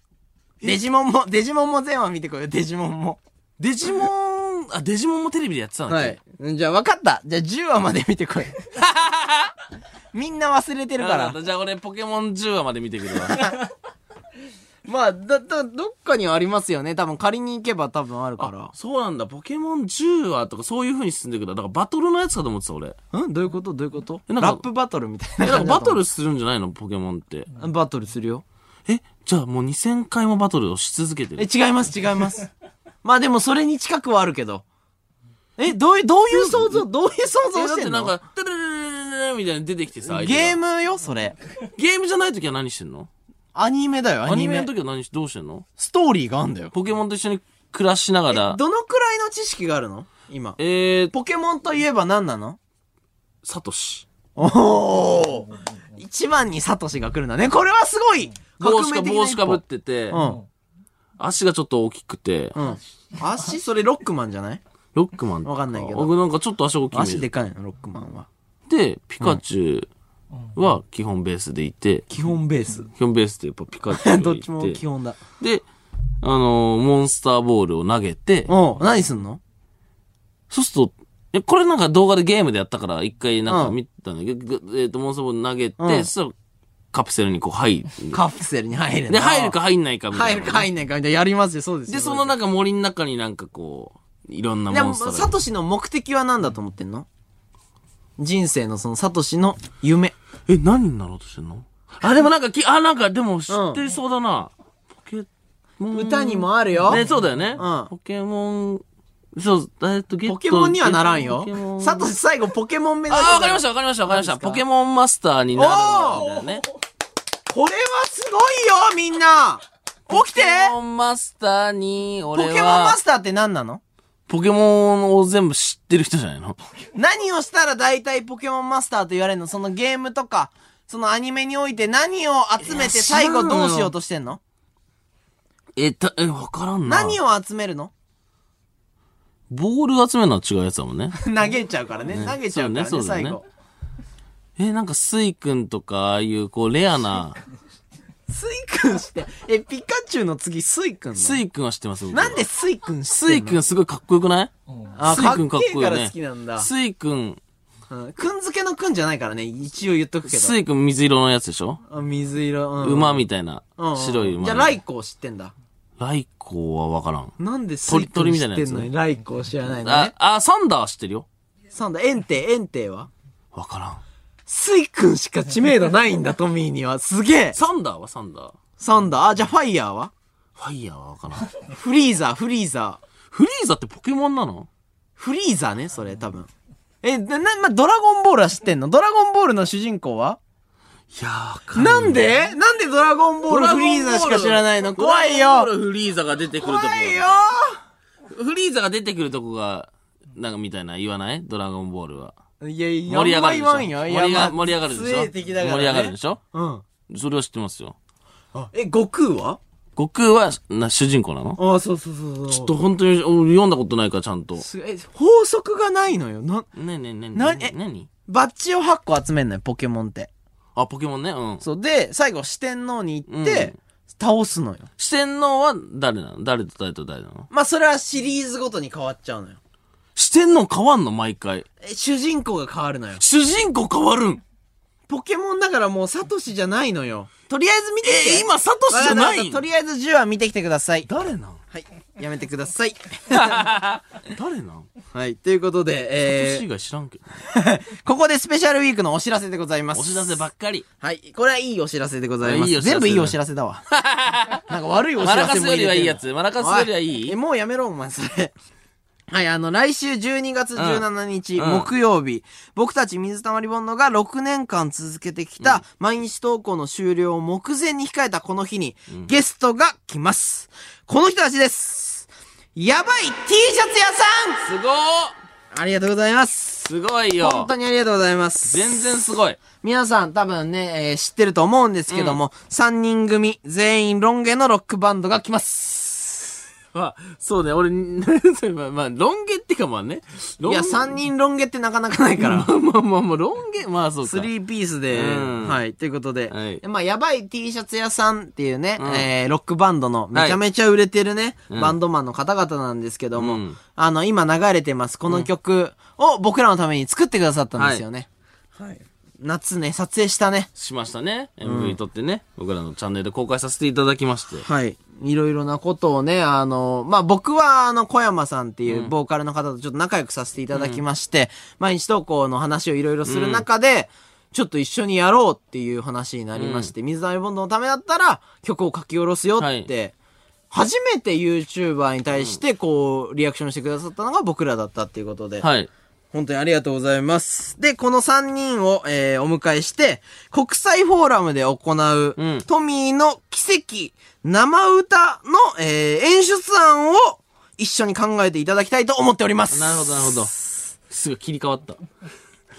デジモンも、デジモンも全話見てこいよ、デジモンも。デジモン、あ、デジモンもテレビでやってたんだっはけい。じゃあ分かった。じゃあ10話まで見て こい。みんな忘れてるかわからった。じゃあ俺ポケモン10話まで見てくるわ。まあ、だ、だ、どっかにはありますよね。多分借りに行けば多分あるあかそうなんだ。ポケモン10話とかそういう風に進んでいくんだ。だからバトルのやつかと思ってた、俺。ら。んどういうことどういうことえラなんかップバトルみたいなえ、なんか感じだバとト思う。ルするんじゃないのポケモンって。バトルするよ。え、じゃあもう2000回もバトルをし続けてえ、る。違います、違います。まあでもそれに近くはあるけど。え、どういう、どういう想像、どういう想像えだしっててんなんか、のテレレレレレみたいに出てきてさ、ゲームムよ、それ。ゲームじゃない時は何してんのアニメだよ、アアニニメメ。の時は何し、どうしてんのストーリーがあんだよ。ポケモンと一緒に暮らしながら。どのくらいの知識があるの今。えー、ポケモンといえば何なのサトシ。おお一番にサトシが来るんだね。これはすごい帽子か、革命的な帽子一か歩ぶってて、う足がちょっと大きくて、ん。うん。足、それロックマンじ ゃないロックマンとわかんないけど僕なんかちょっと足大きいイメージ足でかいの、ロックマンは。で、ピカチュウは基本ベースでいて、基本ベース。基本ベースってやっぱピカ チュウどがっいちも基て、本だ。で、あのーモンスターボールを投げて、おう何すんのそうすると、え、これなんか動画でゲームでやったから、一回なんかうん見たんだけど、ぐえっ、と、モンスターボール投げて、うんそしたらカプセルにこう 入る。カプセルに入るんで、だ入るか。入んないかみたい入な。るか入んないかみたいな。やりますよ、そうですよで、その、なんか森の中になんかこう、いろんなでモも、ンスターがいてサトシの目的は何だと思ってんの人生のそのサトシの夢。え、何になろうとしてんのあ、でもなんかき、あ、なんかでも知ってるそうだな。ポケモン。歌にもあるよ。ね、そうだよね。うんポケモン、そう、えっと、ゲット。ポケモンにはならんよポケモ。ンサトシ最後ポケモン目あ指ー、わかりました、わかりました、わかりました。ポケモンマスターになるんだよね。これはすごいよ、みんな起きポケてモンマスターに、ポケ俺モンマは、スターって何なのポケモンを全部知ってる人じゃないの 何をしたら大体ポケモンマスターと言われるのそのゲームとか、そのアニメにおいて何を集めて最後どうしようとしてんのえ、た、え、わからんな。何をを集めるのボール集めるのは違うやつだもんね。投げちゃうからね。投げちゃうからね、そうねそうだ最ね後。え、なんかスイくんとか、ああいう、こう、レアな、スイくんして。え、ピカチュウの次、スイくんのスイくんは知ってます僕なんでスイくんしてんスのイ君すごいかっこよくないあ、スイかっ君けえよから好きなんだ。スイ君、うんくんづけのくんじゃないからね、一応言っとくけどス。イ君水色のやつでしょあ水色。うん馬みたいなうんう。ん白い馬。じゃあ、ライコウ知ってんだ。ライコウはわからん。なんでスイく鳥鳥んみ知たいなってやつんねのにライコウ知らないのあね、。あ、サンダーは知ってるよ。そうだ、エンテイ、エンテイはわからん。スイくんしか知名度ないんだ、トミーには。すげえサンダーはサンダー。サンダー、あ、じゃあファイヤーはファイヤーはわからん。 フリーザー、フリーザー。フリーザってポケモンなのフリーザーね、それ、多分。え、な、な、ま、ドラゴンボールは知ってんのドラゴンボールの主人公はいやー、わかんないなんでなんでドラゴンボールフリーザーしか知らないの怖いドラゴンボーよルフリーザが出てくるとこ。怖いよフリーザが出てくるとこが、なんかみたいな言わないドラゴンボールは。いやいや、盛り上がるでしょ盛りあんま言わんよ。上いやがまあ盛り上がるでしょ杖的だからね盛り上がるでしょうん。それは知ってますよ。あえ、悟空は悟空はな主人公なのああ、そうそうそうそう。ちょっと本当に俺読んだことないからちゃんと。ねすえ、法則がないのよ。な、えねえねえなねええ何バッジを8個集めんのよ、ポケモンって。あ、ポケモンね。うん。そう。で、最後、四天王に行って、うん倒すのよ。四天王は誰なの誰と誰と誰なのまあ、それはシリーズごとに変わっちゃうのよ。四天王変わんの毎回。え、主人公が変わるのよ。主人公変わるんポケモンだからもう、サトシじゃないのよ。とりあえず見てきて。え、今、サトシじゃなわかっいたとりあえず10話見てきてください。誰なんはい。やめてください。誰なんはい。ということサで、トシえ以外知らんけど。ー、ここでスペシャルウィークのお知らせでございます。お知らせばっかり。はい。これはいいお知らせでございまあいいす。お知らせ全部いいお知らせだ わ。なんか悪いお知マラらカせスもより入れてるはいいやつ。マラカスよりはいおいえ、もうやめろ、お前、そ れ。はい、あの、来週12月17日、うん木曜日、僕たち水溜りボンドが6年間続けてきた、毎日投稿の終了を目前に控えたこの日に、ゲストが来ます。この人たちです。やばい T シャツ屋さすごーんありがとうございます。すごいよ本当にありがとうございます。全然すごい。皆さん多分ね、えー知ってると思うんですけども、3人組全員ロン毛のロックバンドが来ます。まあ、そうね、俺、まあ、まあ、ロン毛ってかまあね。いロンや、3人ロン毛ってなかなかないから。まあまあまあ、ロン毛、まあそうか。スリーピースで、うんはい、ということで、はいまあ、やばい T シャツ屋さんっていうね、んえーロックバンドのめちゃめちゃ売れてるね、バンドマンの方々なんですけども、うんあの、今流れてます、この曲を僕らのために作ってくださったんですよね。はい。夏ね、撮影したね。しましたね。MV 撮ってね、僕らのチャンネルで公開させていただきまして。はい。いろいろなことをね、あの、まあ、僕は、あの、小山さんっていうボーカルの方とちょっと仲良くさせていただきまして、毎日投稿の話をいろいろする中で、ちょっと一緒にやろうっていう話になりまして、水溜りボンドのためだったら曲を書き下ろすよって、はい初めて YouTuber に対してこう、リアクションしてくださったのが僕らだったっていうことで、はい。本当にありがとうございます。で、この3人を、えーお迎えして、国際フォーラムで行う、うんトミーの奇跡、生歌の、えー演出案を一緒に考えていただきたいと思っております。なるほど、なるほど。すぐ切り替わった。だか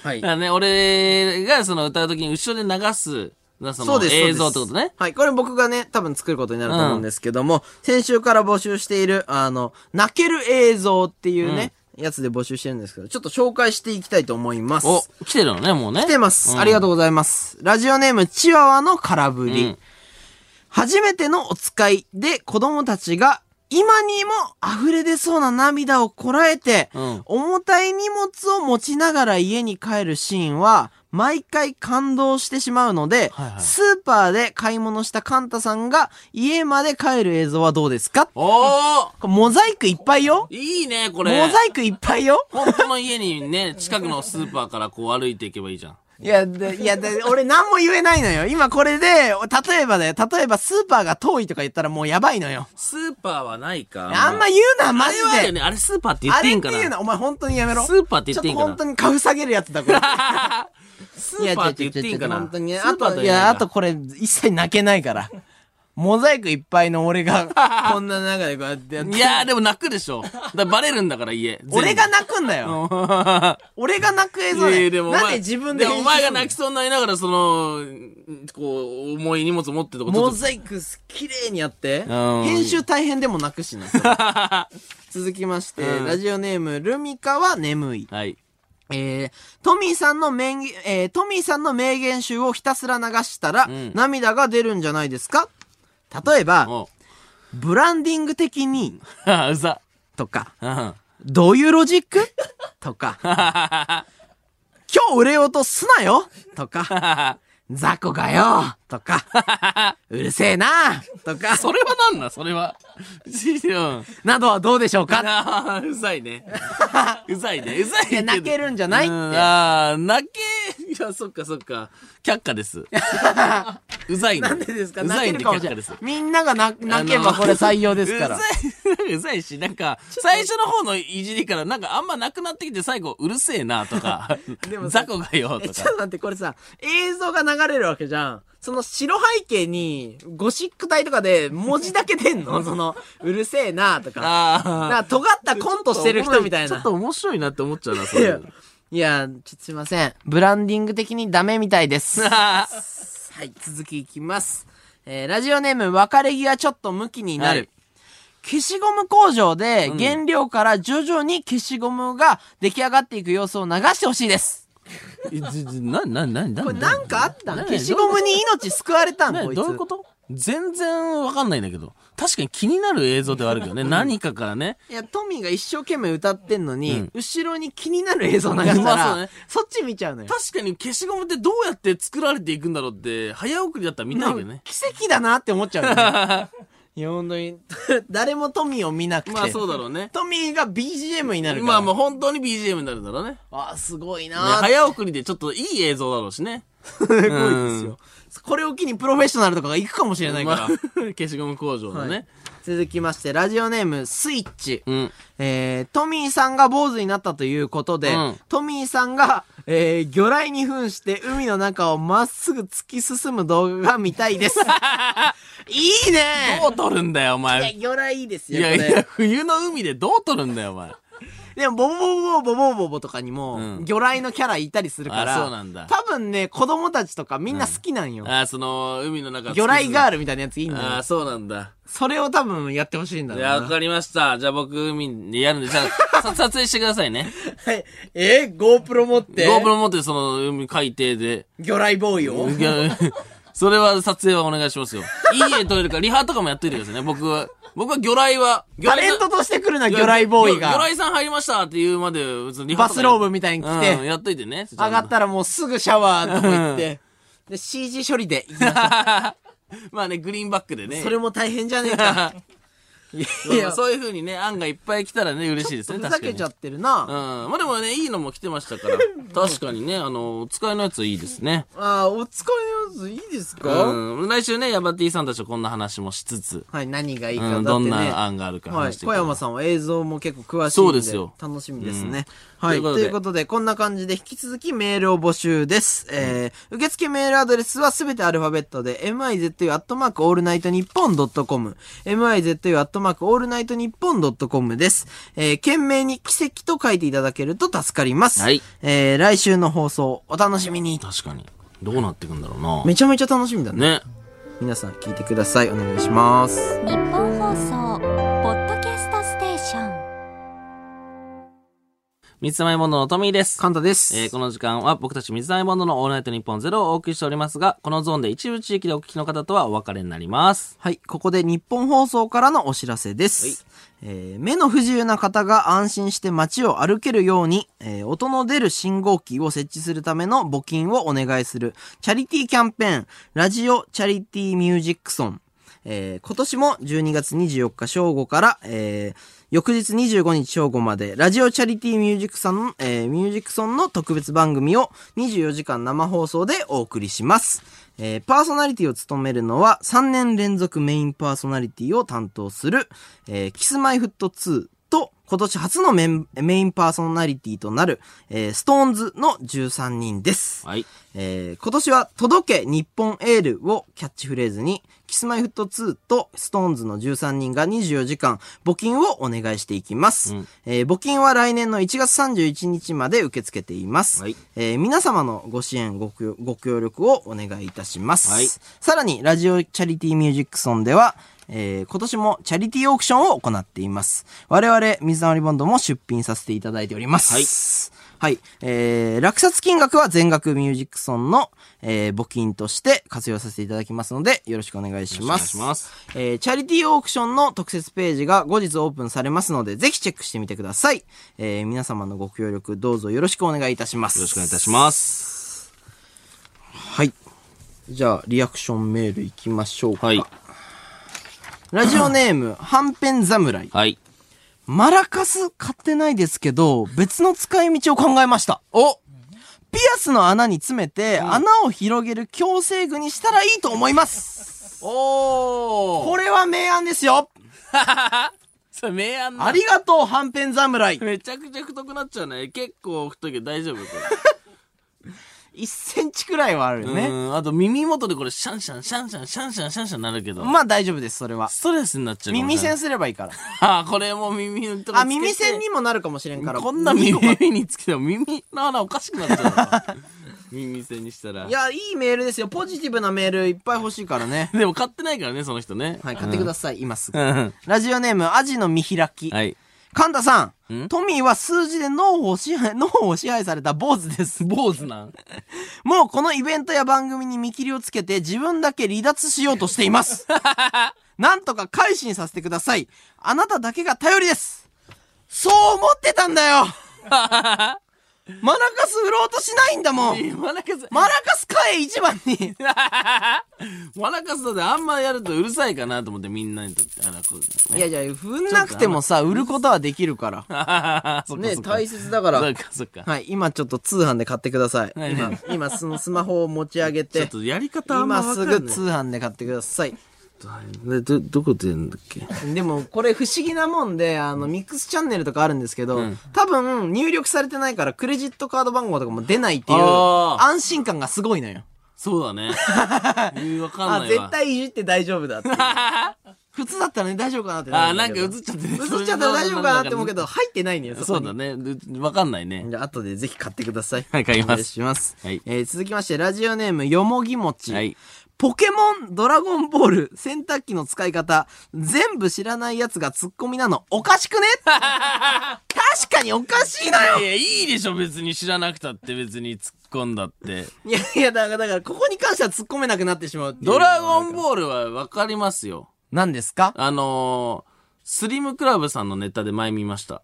はい。らね、俺がその歌うときに後ろで流す、なそそのうです。映像ってことね。はい。これ僕がね、多分作ることになると思うんですけども、先週から募集している、あの、泣ける映像っていうね、やつで募集してるんですけど、ちょっと紹介していきたいと思います。お、来てるのね、もうね。来てます、うんありがとうございます。ラジオネーム、チワワの空振り。うん初めてのお使いで子供たちが今にも溢れ出そうな涙をこらえて、うん重たい荷物を持ちながら家に帰るシーンは、毎回感動してしまうので、はいはいスーパーで買い物したカンタさんが家まで帰る映像はどうですかおーこれモザイクいっぱいよいいね、こモれ。ザイクいっぱいよ本当の家にね、 近くのスーパーからこう歩いていけばいいじゃん。いや、でいや、で俺何も言えないのよ。今これで、お例えばだよ。例えばスーパーが遠いとか言ったらもうやばいのよ。スーパーはないか。あんまり言うな、マジあれはあるよで。ね、あれスーパーって言っあていいれっんてかな。言うな。お前本当にやめろ。スーパーって言っていいんかなちょと本当に株下げるやつ だ、これ。スーパーって言っていいんかな。本当にね。スあーパーと、はい言えないや、かあとこれ、一切泣けないから。モザイクいっぱいの 俺が、こんな中でこうやってやって。いやー、でも泣くでしょ。だからバレるんだから家。俺が全泣くん だよ。俺が泣く映部像いやいだやよでもお前なんで自分ででもお前が泣ききそうになりながら、その、こう、重い荷物持ってとか、ちょモっとザイクす綺麗にやって。うん編集大変でも泣 くしな。それ続きまして、うんラジオネーム、ルミカは眠い。はい。えー、トミーさんの名言、えートミーさんの名言集をひたすら流したら、うん涙が出るんじゃないですか例えば、おう。ブランディング的に、う ざ。とか、うん。 どういうロジックとか、今日売れようとすなよとか、雑魚がよとか、 うるせえなとか、それはなんなんそれは。うん。 などはどうでしょうかあーうざいね。 うざいね。うざいいね。や泣けるんじゃないっうんて。ああ、泣け、 いや、そっかそっか。却下 です。うざいね。なんでですかうざ泣いんけでるかも却下しれなでいす。。みんなが泣泣けばこれ採用ですから。うざい、 うざいし、なんか、最初の方のいじりから、なんかあんまなくなってきて最後、うるせえな、とか、 雑魚がよ、え、とちょっとか。待って、これさ、映像が流れるわけじゃん。その白背景に、ゴシック体とかで文字だけ出ん のその、うるせえなとか。なんあか尖ったコントしてる人みたいちょっな。と面白いなって思っちゃうな、そいれや。、いやちょっとすいません。ブランディング的にダメみたいです。はい、続きいきます。えーラジオネーム、別れ際ちょっと向き になる。はい消しゴム工場でうん原料から徐々に消しゴムが出来上がっていく様子を流してほしいです。えずずな、な、な、な、これなんかあったんな消しゴムに命救われたんねこいつ。どういうこと全然わかんないんだけど。確かに気になる映像ではあるけどね。何かからね。いや、トミーが一生懸命歌ってんのに、うん後ろに気になる映像流したら、まあそうそねっち見ちゃうのよ。確かに消しゴムってどうやって作られていくんだろうって、早送りだったら見たいけどね。奇跡だなって思っちゃうよ ね。いや、本当に、 誰もトミーを見なくて。まあそうだろうね。トミーが BGM になるから。 まあもう本当に BGM になるんだろうね。ねあ、すごいな、早送りでちょっといい映像だろうしね。すごいですよ。これを機にプロフェッショナルとかが行くかもしれないから。まあ 消しゴム工場のはいね。続きまして、ラジオネーム、スイッチ。うん。えー、トミーさんが坊主になったということで、うんトミーさんが、えー、魚雷に扮して海の中をまっすぐ突き進む動画が見たいです。いいねどう撮るんだよ、おいや、前。魚雷いいですいよ、こやれ。いや、冬の海でどう撮るんだよ、お前。でも、ボボボボボボボボとかにも、うん魚雷のキャラいたりするから、あそうなんだ多分ね、子供たちとかみんな好きなんよ。ああ、その、海の中。魚雷ガール。ルみたいなやついいんだああ、よ。そうなんだ。それを多分やってほしいんだいろうな。や、わかりました。じゃあ僕、海でやるんで、じゃ あ、さ撮影してくださいね。はいえー、GoPro 持って、 GoPro 持って、その、海海底で。魚雷ボーイをいやそれは撮影はお願いしますよ。いい絵撮れるか、リハとかもやっといてくださいね。僕は、僕は魚雷は、魚タレ雷ンさトんとして来るな、魚雷ボーイ魚が。雷さん入りましたっていうまで、別にリハバとスかローブみたいに来うん、て、やっといてね。そちら上のがったらもうすぐシャワーのとこ行って、で、CG 処理で行きまし まあね、グリーンバックでょね。う。それも大変じゃねえまか。いあやいまあや、そう いう風にね、案がいっぱい来たらね、嬉しいですね。ふざけちゃっってた。るうな。ん。まあでもね、いいのも来てました から。確かにね、あの、お使いのやついいですね。ああ、お使いのやついいですかうん。来週ね、ヤバティさんたちとこんな話もしつつ、はい、何がいいかだうっん、てどんね。な案があるかはい、話してい小う山さんは映像も結構詳しいそのうでですよ楽しみですね、うんはいということでということでこんな感じで引き続きメールを募集です、えー、受付メールアドレスはすべてアルファベットで mizu.allnightnippon.com mizu.allnightnippon.com です、えー、懸命に奇跡と書いていただけると助かります、はいえー、来週の放送お楽しみに確かに。どうなっていくんだろうな。めちゃめちゃ楽しみだねね。皆さん聞いてくださいお願いします日本放送ポッドキャストステーション三つまいボンドのトミーです。カンタです、えーこの時間は僕たち水溜りボンドのオールナイトニッポンゼロをお送りしておりますが、このゾーンで一部地域でお聞きの方とはお別れになります。はい、ここで日本放送からのお知らせです。えー目の不自由な方が安心して街を歩けるように、えー音の出る信号機を設置するための募金をお願いするチャリティーキャンペーン、ラジオチャリティーミュージックソン。えー今年も12月24日正午から、えー翌日25日正午まで、ラジオチャリティーミュージックソン、えーミュージックソンの特別番組を24時間生放送でお送りします。えーパーソナリティを務めるのは3年連続メインパーソナリティを担当する、えーキスマイフット2と今年初のメンメインパーソナリティとなる、えー、ストーンズの13人です。はい。えー今年は届け日本エールをキャッチフレーズに、キスマイフット2とストーンズの13人が24時間募金をお願いしていきます。うんえー募金は来年の1月31日まで受け付けています。はいえー皆様のご支援ご協、ご協力をお願いいたします。はいさらに、ラジオチャリティミュージックソンでは、えー今年もチャリティーオークションを行っています。我々、水溜りボンドも出品させていただいております。はいはい。えー、落札金額は全額ミュージックソンの、えー募金として活用させていただきますので、よろしくお願いしよろます。しくお願いしえーチャリティーオークションの特設ページが後日オープンされますので、ぜひチェックしてみてください。えー皆様のご協力、どうぞよろしくお願いいたします。よろしくお願いいたします。はい。じゃあ、リアクションメールいきましょうか。はい。ラジオネ ーム、はんぺん侍。はい。マラカス買ってないですけど、別の使い道を考えました。おピアスの穴に詰めて、穴を広げる矯正具にしたらいいと思います。おこれは名案ですよそれ明暗なありがとう、はんぺん侍。めちゃくちゃ太くなっちゃうね。結構太いけど大丈夫こ1センチくらいはあるよれ。ね。うん。あと耳元でこれシャンシャンシャンシャンシャンシャンシャンシャンなるけど。まあ大丈夫です、それは。ストレスになっちゃうかも耳しれな栓い。すればいいから。 あ、これも耳のとこつけてあ、耳栓にもなるかもしれんから。こんないい耳のかにつけても耳の穴おかしくなっちゃうのか耳栓にしたら。いや、いいメールですよ。ポジティブなメールいっぱい欲しいからね。でも買ってないからね、その人ね。はい、買ってください、今すぐう。ん。ラジオネーム、アジの見開き。はい。神田さん、んトミーは数字で脳を支配、 脳を支配された 坊主です。坊主なんもうこのイベントや番組に見切りをつけて自分だけ離脱しようとして います。なんとか改心させてください。あなただけが頼りです。そう思ってたん だよマラカス売ろうとしないんだもんマラカス、マラカス買え一番にマラカスだってあんまやるとうるさいかなと思ってみんなにとって。あら、こう、いやいや、踏んなくてもさ、売ることはできるから。あそっかねそっ、か大切だからそっ。かそっか。はい、今ちょっと通販で買ってください。はい 今、今そのスマホを持ち上げ、ちょってとやり方あんま分今すかぐんない通販で買ってください。でど、どこでやるんだっけでもこれ不思議なもんで、あの、ミックスチャンネルとかあるんですけど、うん多分入力されてないからクレジットカード番号とかも出ないっていうあー安心感がすごいのよ。 そうだね。えーわかあ、んないわ。 絶対いじって大丈夫だっていう。普通だったらね、大丈夫かなってあるー、なだんけかど映っちゃってね。映っちゃったら大丈夫かなって思うけど、入ってないねよ、そこうにだね。うわかんないね。じゃあ、後でぜひ買ってください。はい買いますお願します。はいえー続きまして、ラジオネーム、よもぎもち。はい。ポケモン、ドラゴンボール、洗濯機の使い方、全部知らないやつがツッコミなの、おかし くね確かにおかしいのよ いや、いいでしょ、別に知らなくたって、別に突っ込んだって。いやいや、だから、だから、ここに関しては突っ込めなくなってしまうっていう ドラゴンボールはわかりますよ。何ですかあのー、スリムクラブさんのネタで前見ました。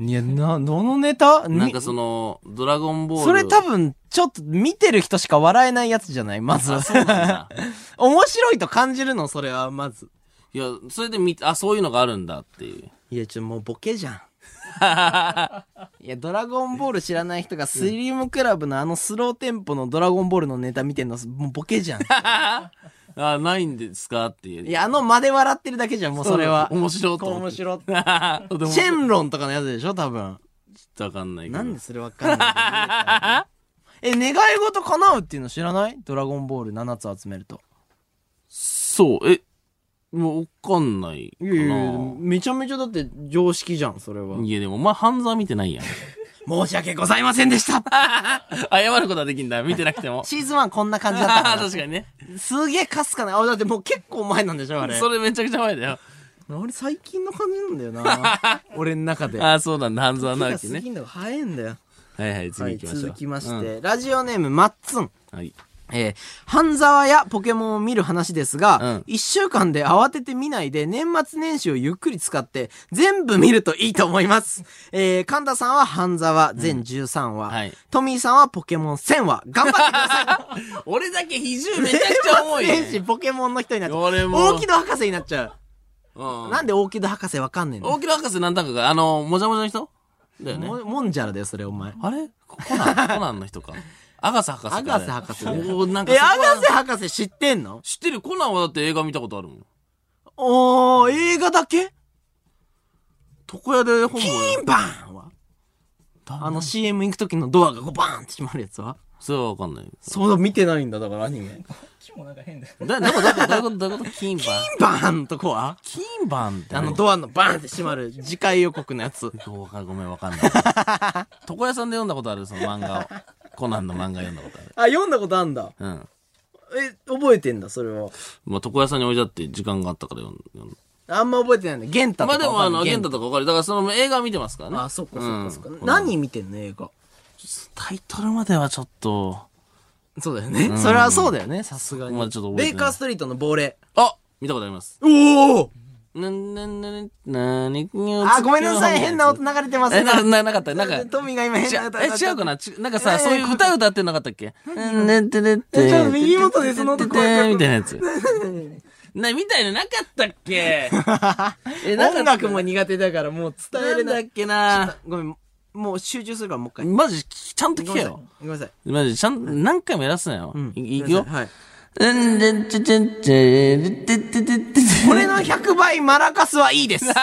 いや、な、どのネタなんかその、ドラゴンボール。それ多分、ちょっと見てる人しか笑えないやつじゃないまずあ、。そうなんだ。 面白いと感じるの、それは、まず。いや、それで見て、あ、そういうのがあるんだっていう。いや、ちょ、もうボケ じゃん。いや、ドラゴンボール知らない人がスリムクラブのあのスローテンポのドラゴンボールのネタ見てんの、もうボケじゃん。あ、ないんですかっていう。いや、あの間で笑ってるだけじゃん、もうそれは。面白いとこう思って。面 白い。とてもシェンロンとかのやつでしょ、多分。わかんないけど。なんでそれわかんない のえ、願い事叶うっていうの知らないドラゴンボール7つ集めると。そう、え、もうわかんないかいな。やいやいや、めちゃめちゃだって常識じゃん、それは。いやでもお前半沢見てないやん。申し訳ございませんでした謝ることはできんだ。見てなくて も。シーズン1こんな感じだったか ら 確かにね。すげえかすかない。あ、だってもう結構前なんでしょ、あれ。それめちゃくちゃ前だよ。あれ最近の感じなんだよ な。俺の中で。ああ、そうなんだ。半沢直樹次ね。のが早いんだよ。はいはい、は次行い、きましょう。続きましうんて、ラジオネーム、まっつん。はい。えー、半沢やポケモンを見る話ですうんが、一、週間で慌てて見ないで、年末年始をゆっくり使って、全部見るといいと思います。えー、神田さんは半沢全13話、はいトミーさんはポケモン1000話、頑張ってください。俺だけ比 重めちゃくちゃ重い、 年末年ね。始ポケモンの人になっちゃう。俺も大木戸博士になっちゃうんう。なんで大木戸博士わかんねえの大木戸博士なんだかが、あの、もじゃもじゃの人だよね。ももんじゃらだよ、それお前。あれコナン、コナンの人 か。アガサ博士か。アガサ博士だよおーなんかえ、そこは博士博士知ってんの知ってるコナンはだって映画見たことあるもん。おー、映画だけ床屋で本キも。ーンバーンはあの CM 行く時のドアがこうバーンって閉まるやつはそれはわかんない。そうだ、見てないんだ、だからアニメ。キだ、なんか、だから、どういうこと、どういうことキンバン。ンバーンのとこはキンバンってああのの、ドアのバーンって閉まる次回予告のやつ。どうかごめん、わかんない。床屋さんで読んだことある、その漫画を。コナンの漫画読んだことある。あ、読んだことあんだ。うん。え、覚えてんだ、それは。まあ、床屋さんに置いてあって、時間があったから読ん読んだ。あんま覚えてないんだ。ゲンタとまかあわでかんも、ない。あの、ゲンタタとかわかる。だから、その映画見てますからね。あ、そっかそっかそっか。うん何見てんの、映画。タイトルまではちょっと、そうだよね。それはそうだよね、さすがこに。までちょっと覚えベてないイカーストリートの亡霊。あ見たことあります。おおな、な、な、な、な、に、あ、ごめんなさい。変な音流れてますえ、ね。な、な、なかった。なんか、 トミーが今変ちなゃ歌え、歌っち違ゃうっかたなちなんかさ、いやそういやいう歌歌ってなかったっけうん、ねてれってえちょっと右元でその音て聞てこえてたみたいなやつ。な、みたいななかったっ けえ、なか音った楽も苦手だからもう伝えなれんだなっい。けなごめん、もう集中するからもう一回。マジ、ちゃんと聞ごめけんなさいよ。。ごめんなさい。マジ、ちゃんと、何回もやらすなよ。いいく よ。はい。うん、でん、ちゃちゃん、ちゃん、てっててって。これの100倍マラカスはいいです。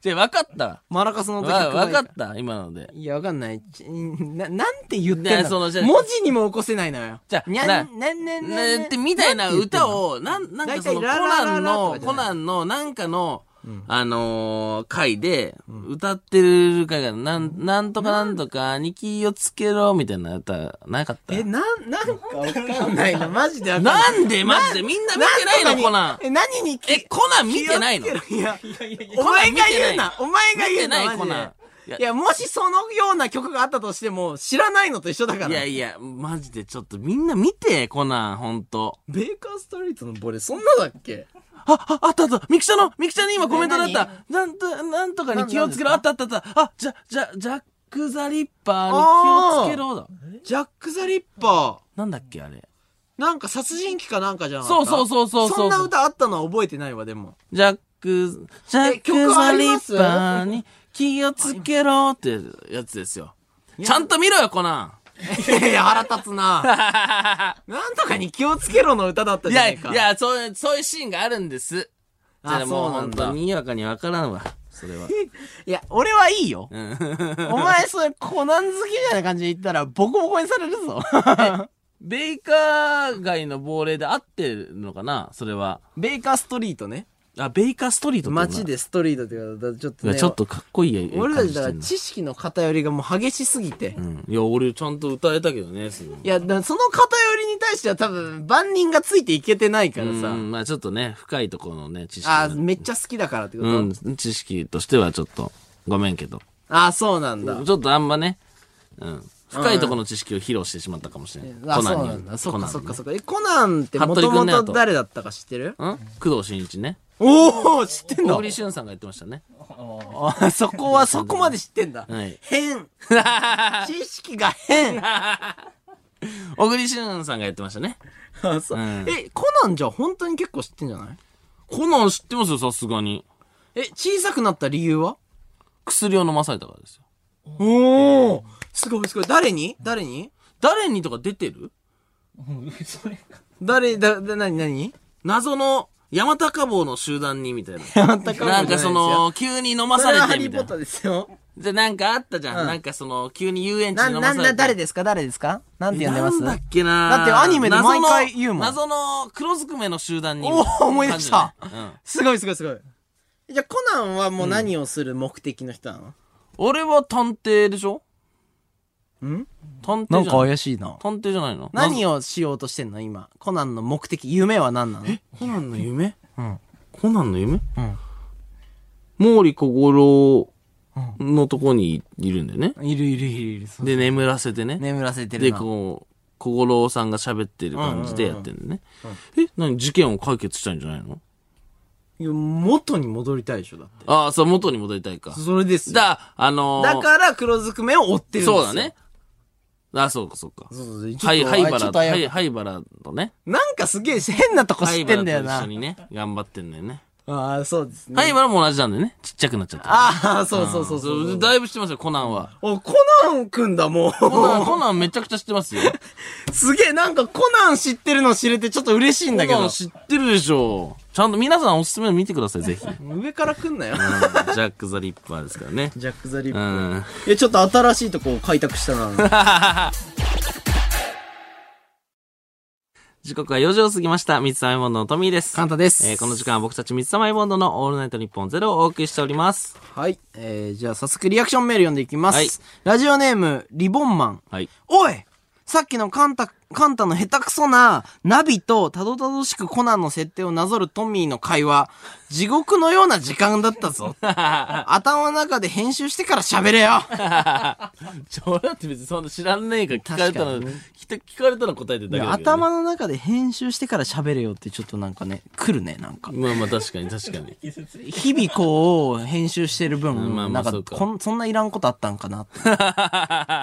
じゃ、わかった。マラカスの音わ、 100わ倍かった、今ので。いや、わかんない。ちな、なんて言ってんねのその文じゃ字あにも起こせないのよ。じゃあにゃん、なねんねんねんねんねってみたいな歌。を、なん、なんかその大体コララララナンとのか、じゃコないナンのなんかの、あのー、回で、歌ってる歌が、なん、なんとかなんとか、に気をつけろ、みたいな歌、なかったえ、なん、なんかわかん ないな。マジでわかんない。なんでマジでみんな見てないの、コナン。え、何にえ、コナン見てないのい見や、お前が言うな。お前が言てうな。ない、コマジでナン。いやいや、もしそのような曲があったとしても、知らないのと一緒だから。いやいや、マジでちょっとみんな見て、コナン、ほんと。ベーカーストリートのボレ、そんなだっけあ、あ、あったあった。ミキちゃんの、ミキちゃんに今コメントだったえ。なんと、なんとかにな気をつけろ。あなんったあったあった。あ、じゃ、じゃ、ジャック・ザ・リッパーに気をつけろだ。ジャック・ザ・リッパー。なんだっけ、あれ。なんか殺人鬼かなんかじゃん。そうそうそうそうそうそんな歌あったのは覚えてないわ、でも。ジャック、ジャック・曲ザ・あリりまッすパーに気をつけろってやつですよ。ちゃんと見ろよ、コナいやいや、腹立 つな。なんとかに気をつけろの歌だったン。いじゃなや、いいか。や、そういう、そういうシーンがあるんです。あじゃあもうそうなん本だ当ににわかにわからんわ。それは。いや、俺はいいよ。 お前、それ、コナン好きみたいな感じで言ったら、ボコボコにされるぞ。ベイカー街の亡霊で合ってるのかなそれは。ベイカーストリートね。あ、ベイカーストリートってことだ街でストリートって言うと、ちょっといやね。ちょっとかっこいいや俺たちだか感らじして知識の偏りがもう激しすぎて。んだうんいや、俺ちゃんと歌えたけどね、そのいや、だからその偏りに対しては多分、万人がついていけてないからうさ。んまあちょっとね、深いところのね、知識が。あーめっちゃ好きだからってこと、うん、知識としてはちょっと、ごめんけど。あーそうなんちだ。ょっとあんまね、うん。深いところの知識を披露してしまったかもしれない。あコそナンうになはんねだ。そっかそっかコそっか。え、コナンっても服部と君ものやとつ誰だったか知ってるナンにねうん工藤新一ね。おお知ってん小だ栗旬さんが言ってましたね。あそこはそこまで知ってんだ。はい 変。知識が変。小栗旬さんが言ってましたね。あ そううんえ、コナンじゃ本当に結構知ってんじゃないコナン知ってますよ、さすがに。え、小さくなった理由は薬を飲まされたからですよ。おおすごいすごい。誰に誰に誰にとか出てる誰、だ、だ、なにな に謎の、山高帽の集団にみ たいな。山高帽なんかその、急に飲まそされはハれてリみーたポいなッタ。ーです よ。じゃ、なんかあったじゃん。うんなんかその、急に遊園地な、に飲まな、されな、て。誰ですか誰ですかなんて呼んでますなんだっけなだってアニメで毎回言うもん謎の、謎の黒ずくめの集団に。おー思い出した感じだねうんすごいすごいすごい。じゃあコナンはもう何をする目的の人なの、俺は探偵でしょん探偵じゃないしいな。探偵じゃないの何をしようとしてんの今。コナンの目的、夢は何なのコナンの夢うん。コナンの夢うん。毛利小五郎のとこにいるんだよね。いるいるいるいる。そうで、眠らせてね。眠らせてるで、な。こう、小五郎さんが喋ってる感じでやってるね。え、何事件を解決したいんじゃないのいや元に戻りたいでしょ、だって。ああ、そう、元に戻りたいか。それですよ。だだ、あのー、から黒ずくめを追ってるんですよ。そうだね。。あ、そうか、そうか。そうそうそう。ちょっとはい、はい、あバちょラ、っとあやはい、はい、バラとね。なんかすげえ変なとこは知い、っバてラんだよと一な緒。にね、頑張ってんだよね。ああ、そうですね。はい、バラも同じなんだよね。ちっちゃくなっちゃった。ああ、そうそうそうそうそう。だいぶ知ってますよ、コナンは。お、コナンくんだ、もコナン、う。コナンめちゃくちゃ知ってますよ。すげえ、なんかコナン知ってるの知れてちょっと嬉しいんだけコナどン。知ってるでしょ。ちゃんと皆さんおすすめの見てください、ぜひ。うん上から来んなよ。ジャック・ザ・リッパーですからね。ジャック・ザ・リッうプ。ん。え、ちょっと新しいとこを開拓し たな。時刻は4時を過ぎました。三つ編みボンドのトミーです。カンタです。えーこの時間は僕たち三つ編みボンドのオールナイトニッポンゼロをお送りしております。はい。えー、じゃあ早速リアクションメール読んでいきます。はいラジオネーム、リボンマン。はい。おいさっきのカンタ、カンタの下手くそな、ナビとたどたどしくコナンの設定をなぞるトミーの会話、地獄のような時間だった ぞ。頭の中で編集してから喋れよ。ちょ、俺だって別にそんな知らんねえから聞かれたら、確かにきた聞かれたら答えてるだけだけど、ね。頭の中で編集してから喋れよってちょっとなんかね、来るね、なんか。まあまあ確かに確かに。日々こう、編集してるん分、まあまなあんかそうかこん、そんないらんことあったん かなって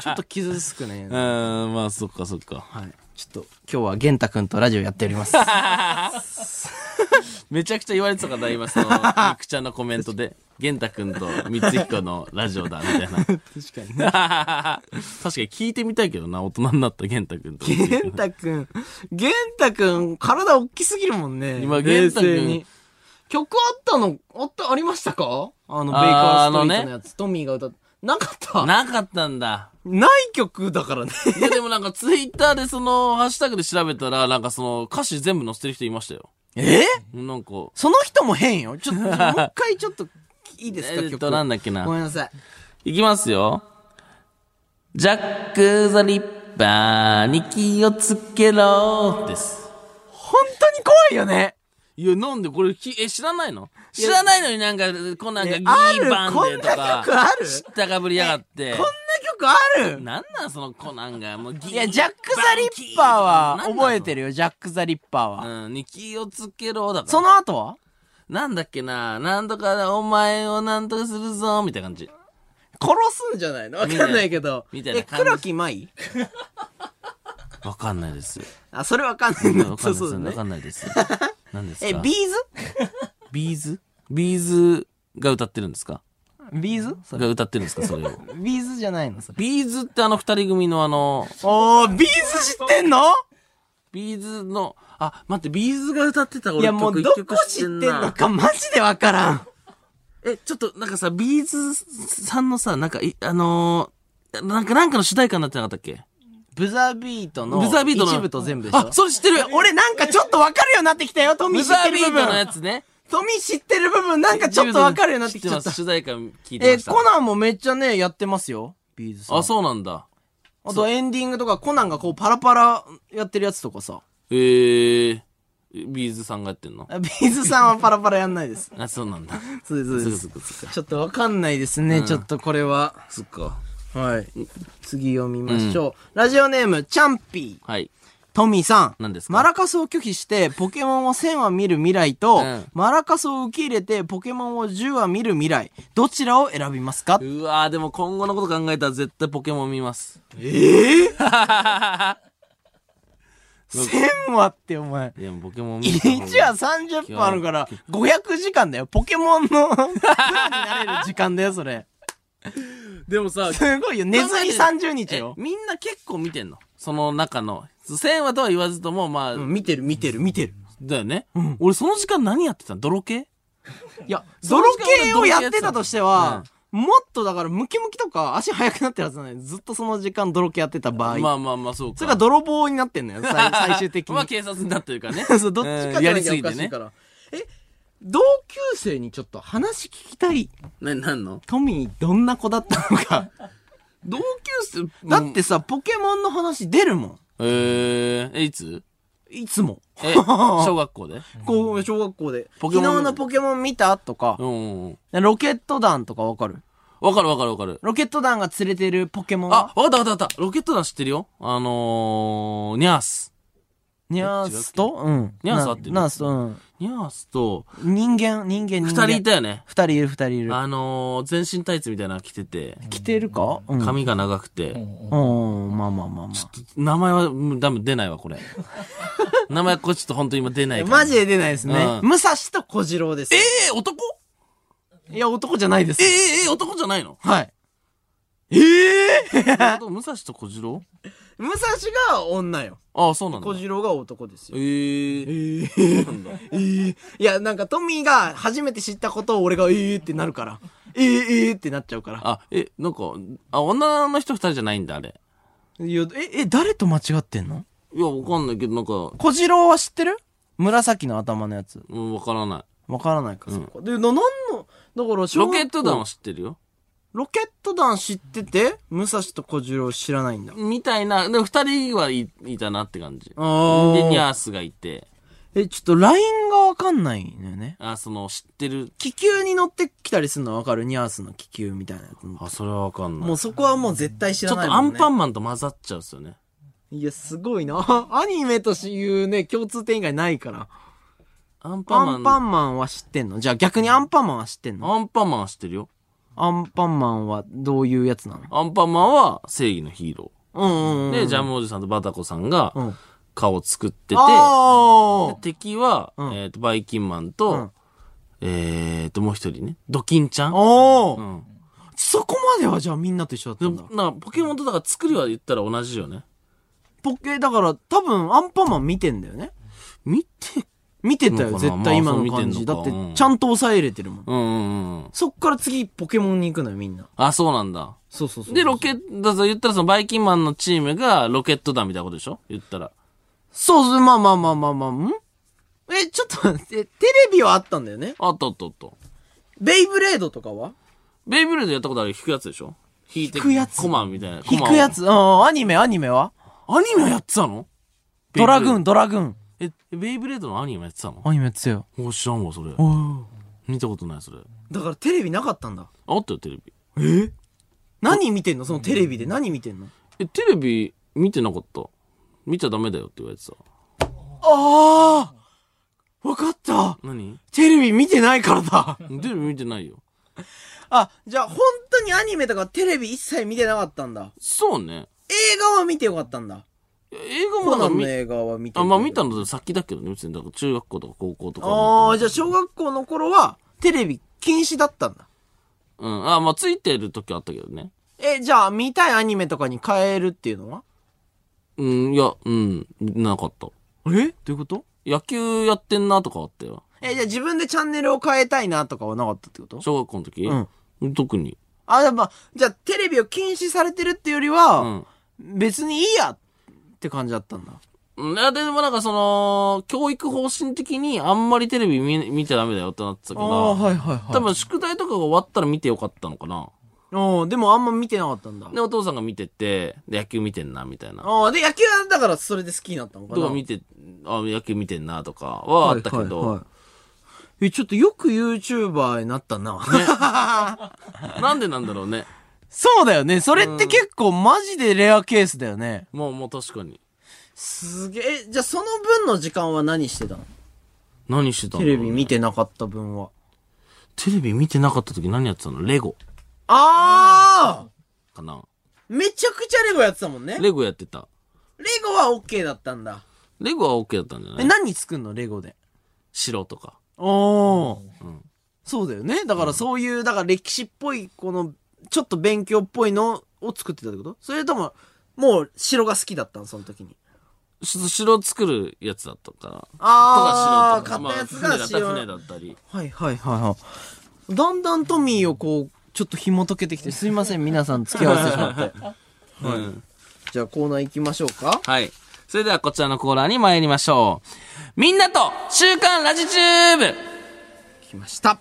ちょっと傷つくね。うはーん、まあそっかそっか。い。ちょっと、今日は玄太くんとラジオやっており ます。めちゃくちゃ言われてたからな、今その、みくちゃんのコメントで。玄太くんと光彦のラジオだ、みた いな。確かに、確かに聞いてみたいけどな、大人になった玄太くんと光玄彦。太くん、玄太くん、体大きすぎるもんね。今玄太くん冷静に。曲あったの、あった、ありましたかあの、ベあーイカーストリーあのトねのやつ、トミーが歌っなかった ななかったんだ。い曲だからね。いやでもなんかツイッターでその、ハッシュタグで調べたら、なんかその、歌詞全部載せてる人いましたよ。 えなんか、その人も変よ。 ちょっと、もう一回ちょっと、いいですか、え曲。ーっと、なんだっけな。ごめんなさい。いきますよ。ジャック・ザ・リッパーに気をつけろです。本当に怖いよね。いや、なんでこれ、きえ、知らないの知らないのになんか、こんなんか、ねギあーるバンでとか、こんな曲ある知ったかぶりやがってこん。な曲あるなんなんそのコナンが、もうギーいや、ジャック・ザ・リッパーは覚えてる。るよ、ジャック・ザ・リッパーは。うん、に気をつけろだから。その後はなんだっけな、なんとかだお前をなんとかするぞ、みたいな感じ。殺すんじゃないのわかんないけど。みたいなえ、感じ黒木舞わかんないです。あ、それわかんないんわだ。かんなそういそうだわねか。んないです。 何ですかえ、ビーズビーズビーズが歌ってるんですかビーズそれが歌ってるんですかそれを。ビーズじゃないのそれ。ビーズってあの二人組のあの、おー、ビーズ知ってんのビーズの、あ、待って、ビーズが歌ってたい俺や、もう曲ど一こ曲知ってんなのかマジでわからん。え、ちょっとなんかさ、ビーズさんのさ、なんか、いあのー、なんか、なんかの主題歌になってなかったっけブザービートの、ブザービートの一部と全部でしょあ、それ知ってる俺なんかちょっとわかるようになってきたよ、トミブー知っザてーるビ部ートのや分。つね。トミー知ってる部分なんかちょっとわかるようになってきちゃっ知たてます。主題歌聞いてえましーた。コナンもめっちゃね、やってますよ。ビーズさん。あ、そうなんだ。あとエンディングとかコナンがこうパラパラやってるやつとかさ。えー、ビーズさんがやってんの ビーズさんはパラパラやんないです。あ、そうなんだ。そうです、そうですそっかそっかそっかちょっとわかんないですね、ちょっとこれは。そっか。はい。次読みましょう。ラジオネーム、チャンピー。はい。トミーさん。何ですかマラカスを拒否して、ポケモンを1000話見る未来と、うんマラカスを受け入れて、ポケモンを10話見る未来、どちらを選びますかうわーでも今後のこと考えたら絶対ポケモン見ます。 ?1000 話ってお前。いや、もうポケモン見た方が1話30分あるから、500時間だよ。ポケモンの プロになれる時間だよ、それ。でもさ、す ごいよ。寝ずに30日えよ。みんな結構見てんのその中の。1000話とは言わずとも、まあ、うん見てる、見てる、見てる。だよね、俺その時間何やってたの泥系いや、 そ泥の時間系俺泥を系ややっってたてたとしては、もっとだから、ムキムキとか足速くなってるはずなのに、ずっとその時間泥系やってた場合。まあまあまあ、そうか。それが泥棒になってんのよ、 最最終的に。まあ警察になってるからね。 そう、どっちかうんじゃやなりきすゃおぎかてしいねか。ら。え、同級生にちょっと話聞きたい。な、なんのトミー、どんな子だったのか。同級生だってさ、ポケモンの話出るもん。えー、え、いついつも。 え、小学校でこう、小学校で。ポ昨ケモ日ンのポケモン見たとかう、んうん。ロケット団とかわかるわかるわかるわかる。ロケット団が連れてるポケモンあは、わかったわかったわかった。ロケット団知ってるよあのー、ニャース。ニャースと、うん。ニャース合ってるなニャースと、うん。ニャースと、人間、人間、人間。二人いたよね。二人いる、二人いる。あのー、全身タイツみたいなの着てて、来てるかうん。髪が長くて、うん、まあまあまあまあ。名前は、うん多分出ないわ、こ れ。名前これちょっと本当今出ないから。マジで出ないですね。うん武蔵と小次郎です。ええ男いや、男じゃないです。ええええ男じゃないのはい。 武蔵と小次郎武蔵が女よ。ああ、そうなんだ小。次郎が男ですえよ。ええ なんだ。いや、なんかトミーが初めて知ったことを俺が、えーってなるから。えー、えーってなっちゃうから。あ、え、なんか、あ、女の人二人じゃないんだ、あれ。いやえ、え、誰と間違ってんのいや、わかんないけど、なんか、小次郎は知ってる紫の頭のやつ。うん、わからない。わからないか、そこ。で、な、なんの、だから小ロ学校、ケット団は知ってるよ。ロケット団知ってて、武蔵と小次郎知らないんだ。みたいな、でも二人はい、いたなって感じ。で、あニー。ャースがいて、え、ちょっと LINE がわかんないのよね。あ、その、知ってる。気球に乗ってきたりするのわかるニャースの気球みたいなやつ。もあ、それはわかんない。うそこはもう絶対知ちょらっないとアもん、ンね。パンンマンと混ざっちゃうっすよね。いや、すごいな。 アニメというね、共通点以外ないから。アンパンマン。アンパンマンは知ってんのじゃあ逆にアンパンマンは知ってんのアンパンマンは知ってるよ。アンパンマンはどういうやつなのアンパンマンは正義のヒーロうんうんうー。ん。で、ジャムおじさんとバタコさんがうん。顔を作ってて、あー敵は、んえっ、と、バイキンマンと、うんえっと、もう一人ね、ドキンちゃん。おうーん。そこまではじゃあみんなと一緒だったでんだも。なんかポケモンとだから作りは言ったら同じよね。ポケ、だから多分アンパンマン見てんだよね。見て、見てたよ、のかな絶対今のまあそう感見てじ。んだのっかてうんちゃんと抑え入れてるもん。うんうんうん。そっから次ポケモンに行くのよ、みんな。あ、そうなんだ。そうそうそう。で、ロケット、だから言ったらそのバイキンマンのチームがロケット団みたいなことでしょ言ったら。そうそう、まあまあまあまあまあ、んえ、ちょっと待って、テレビはあったんだよねあっとっとっと。ベイブレードとかはベイブレードやったことある引くやつでしょ引いて引くやつコマみたいな。コ引マをくやつ、うん、アニメ、アニメはアニメやってたのドラグーン。ン、ドラグーン。え、ベイブレードのアニメやってたのアニメ強お知らんわ、それ。い。見たことない、それ。だからテレビなかったんだ。あったよ、テレビ。何見てんのそのテレビで何見てんのえ、テレビ見てなかった。見ちゃダメだよって言われてた。ああわかった何テレビ見てないからだテレビ見てないよ。 あ、じゃあ本当にアニメとかテレビ一切見てなかったんだ。そうね。映画は見てよかったんだ。え映画もコだかナらン見の、映画は見てあ、るまあ見たのだ先だけどね、別に。だから中学校とか高校とかあも。あ、じゃあ小学校の頃はテレビ禁止だったんだ。うん。あ、まあついてる時はあったけどね。え、じゃあ見たいアニメとかに変えるっていうのはうん、いや、うん、なかった。えどういうこと野球やってんなとかあったよ。え、じゃあ自分でチャンネルを変えたいなとかはなかったってこと小学校の時、特に。あ、やっぱ、じゃあテレビを禁止されてるっていうよりは、うん。別にいいやっって感じだったんだ。うんあでもなんかその、教育方針的にあんまりテレビ見見ちゃダメだよってなってたあから、あ、はいはいはい。多分宿題とかが終わったら見てよかったのかな。ああ、でもあんま見てなかったんだ。で、お父さんが見てて、で野球見てんな、みたいな。ああ、で、野球はだからそれで好きになったのかな。とか見て、あ、野球見てんな、とかはあったけど、はいはいはいえ、ちょっとよく YouTuber になったな。なんでなんだろうね。 そうだよね。それって結構マジでレアケースだよね。もう、もう確かに。すげえ、じゃあその分の時間は何してたの何してたのテレビ見てなかった分は。テレビ見てなかった時何やってたのレゴああかなめちゃくちゃレゴやってたもんね。レレゴやってた。ゴは OK だったんだ。レゴは OK だったんじゃえ、ない何作んのレゴで。白とか。おー、そうだよね。だからそういう、だから歴史っぽい、この、ちょっと勉強っぽいのを作ってたってことそれとも、もう城が好きだったのその時に。し城作るやつだったから。あーとか白とか。買ったやつが白まあ、船だったり。はいはいはいはい。だんだんトミーをこう、ちょっと紐解けてきて、すいません、皆さん付き合わせてしまって。 うん。じゃあコーナー行きましょうか。はい。それではこちらのコーナーに参りましょう。みんなと週刊ラジチューブ来ました。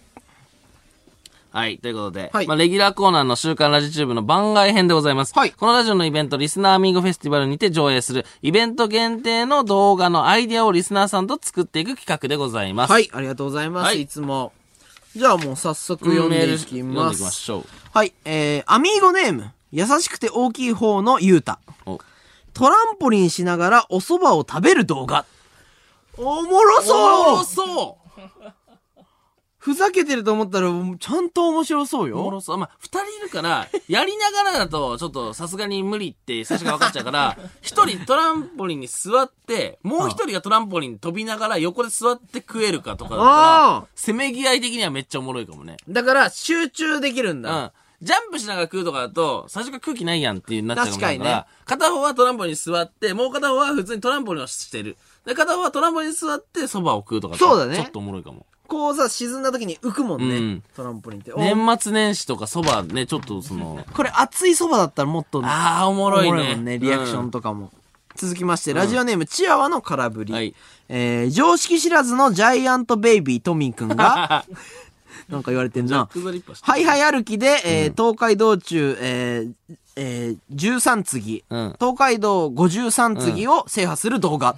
はい。ということで、はいまあ、レギュラーコーナーの週刊ラジチューブの番外編でございます。はいこのラジオのイベント、リスナーアミーゴフェスティバルにて上映する、イベント限定の動画のアイディアをリスナーさんと作っていく企画でございます。。はいい、ありがとうございます。はいい、つも。じゃあもう早速メ読んーでルい読きんまでいす。きましょう。はい、えー、アミーゴネーム。優しくて大きい方のゆうた。おトランポリンしながらお蕎麦を食べる動画。おもろおそもろうそうふざけてると思ったら、ちゃんと面白そうおもよ。ろそう。まあ、二人いるから、やりながらだと、ちょっとさすがに無理って最初が分かっちゃうから、一人トランポリンに座って、もう一人がトランポリンに飛びながら横で座って食えるかとかだったあら、せめぎ合い的にはめっちゃおもろいかもね。だから、集中できるんうだ。ん。ジャンプしながら食うとかだと、最初から空気ないやんっていうなっちゃうかもしれないから、確片方はトランポリンに座って、もう片方は普通にトランポリンをしてる。で、片方はトランポリンに座って蕎麦を食うとかそうだねちょっとおもろいかも。こうさ、沈んだ時に浮くもんね。うんトランポリンって。お年末年始とか蕎麦ね、ちょっとその、これ熱いそばだったらもっとああ、おもおもろろいいね。もんね、リアクションと。とかも。続きまして、ラジオネーム、チワワの空振り。はいえー、常識知らずのジャイアントベイビートミーくん が、なんか言われてんな。クザリッパしてるはいはい歩きで、えー東海道中、えーえー13次、うん東海道53次を制覇する動画。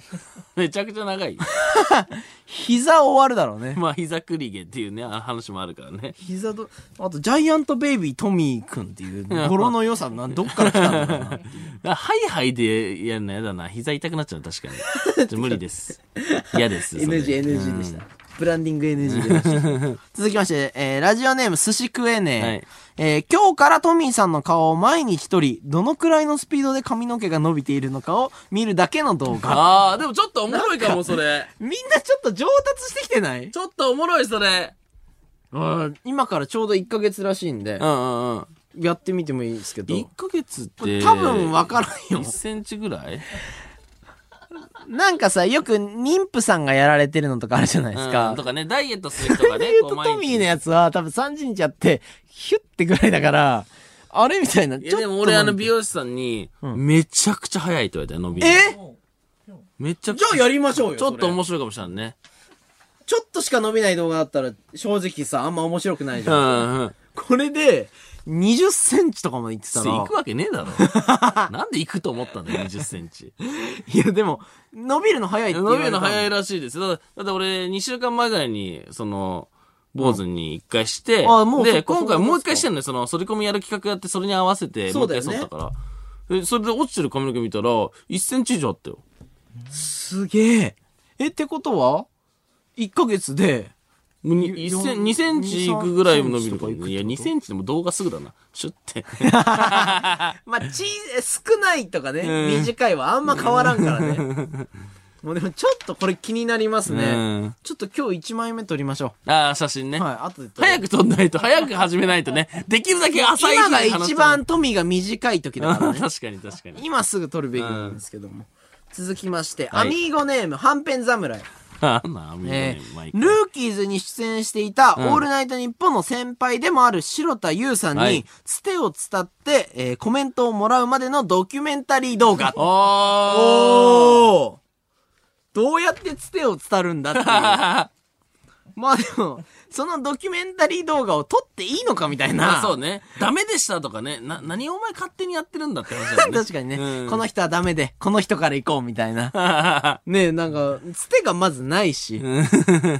めちゃくちゃ長い。 膝終わるだろうね。まあ、膝くりげっていうね、あ話もあるからね。 膝と、あと、ジャイアントベイビートミーくんって いう、語呂の良さ、なんどっから来たんだろうな。だ ハイハイでやるのやだな。膝痛くなっちゃう、確かに。ちょっと無理 です。嫌です。それ NG、NG でした。ブランディング NG で した。続きまして、えー、ラジオネーム、寿司食えねえ。はいえー、今日からトミーさんの顔を毎日撮り、どのくらいのスピードで髪の毛が伸びているのかを見るだけの動画。ああ、でもちょっとおもろいかも、それ。 みんなちょっと上達してきてないちょっとおもろい、それ。今からちょうど1ヶ月らしいんでう、んうんうん。やってみてもいいですけ1ど。ヶ月って。多分わからんよ1。センチぐらいなんかさ、よく妊婦さんがやられてるのとかあるじゃないですうかんと。かね、ダイエットする人がダねイエ、ッこトう毎日トミーのやつは多分30日やって、ヒュッてぐらいだから、あれみたいな。いや、でも俺あの美容師さんに、めちゃくちゃ早いって言われたよ、伸びる。えめちゃくじちゃ。ゃあやりましょうよ。ちょっとそれ面白いかもしれんね。ちょっとしか伸びない動画だったら、正直さ、あんま面白くないじうゃん。んうん。これで、20センチとかまでいってたら。行くわけねえだろ。なんで行くと思ったんだよ、20センチ。いや、でも、伸びるの早いって言わ伸びれるたの早いの。らしいですよ。だだって俺、2週間前ぐらいに、その、坊主に一回して、あもうそで、っか今回そっかもう一回してんのよ。その、反り込みやる企画やって、それに合わせて、もそうう一だ回よね剃ったから。でそれで落ちてる髪の毛見たら、1センチ以上あったよ。すげえ。え、ってことは ?1 ヶ月で、もうに一セン2センチいくぐらい伸びるから、 2 3センチとかいくってこといや、2センチでも動画すぐだな。シュって。まあ、ち、少ないとかね、うん短いはあんま変わらんか らね。もうでもちょっとこれ気になりますね。うんちょっと今日1枚目撮りましょああ、写真ね。う。はい、後で撮る早く撮んないと、早く始めないとね。できるだけ浅い今時が間に話一番トミーが短い時だからね確。かに確か に。今すぐ撮るべきなんですけども。続きまして、はいアミーゴネーム、はんぺん侍。なんなんみたいなえー毎回ルーキーズに出演していた、んオールナイトニッポンの先輩でもある白田優さんに、はいつてを伝って、えーコメントをもらうまでのドキュメンタリー動画。あーおーどうやってつてを伝る んだっていう。まあでも、そのドキュメンタリー動画を撮っていいのかみたいまな。あそうね。ダメでしたとかね。な、何お前勝手にやってるんだって話だ よね。 確かにね、うんこの人はダメで、この人から行こうみた いな。かねえ、なんか、つてがまずないし、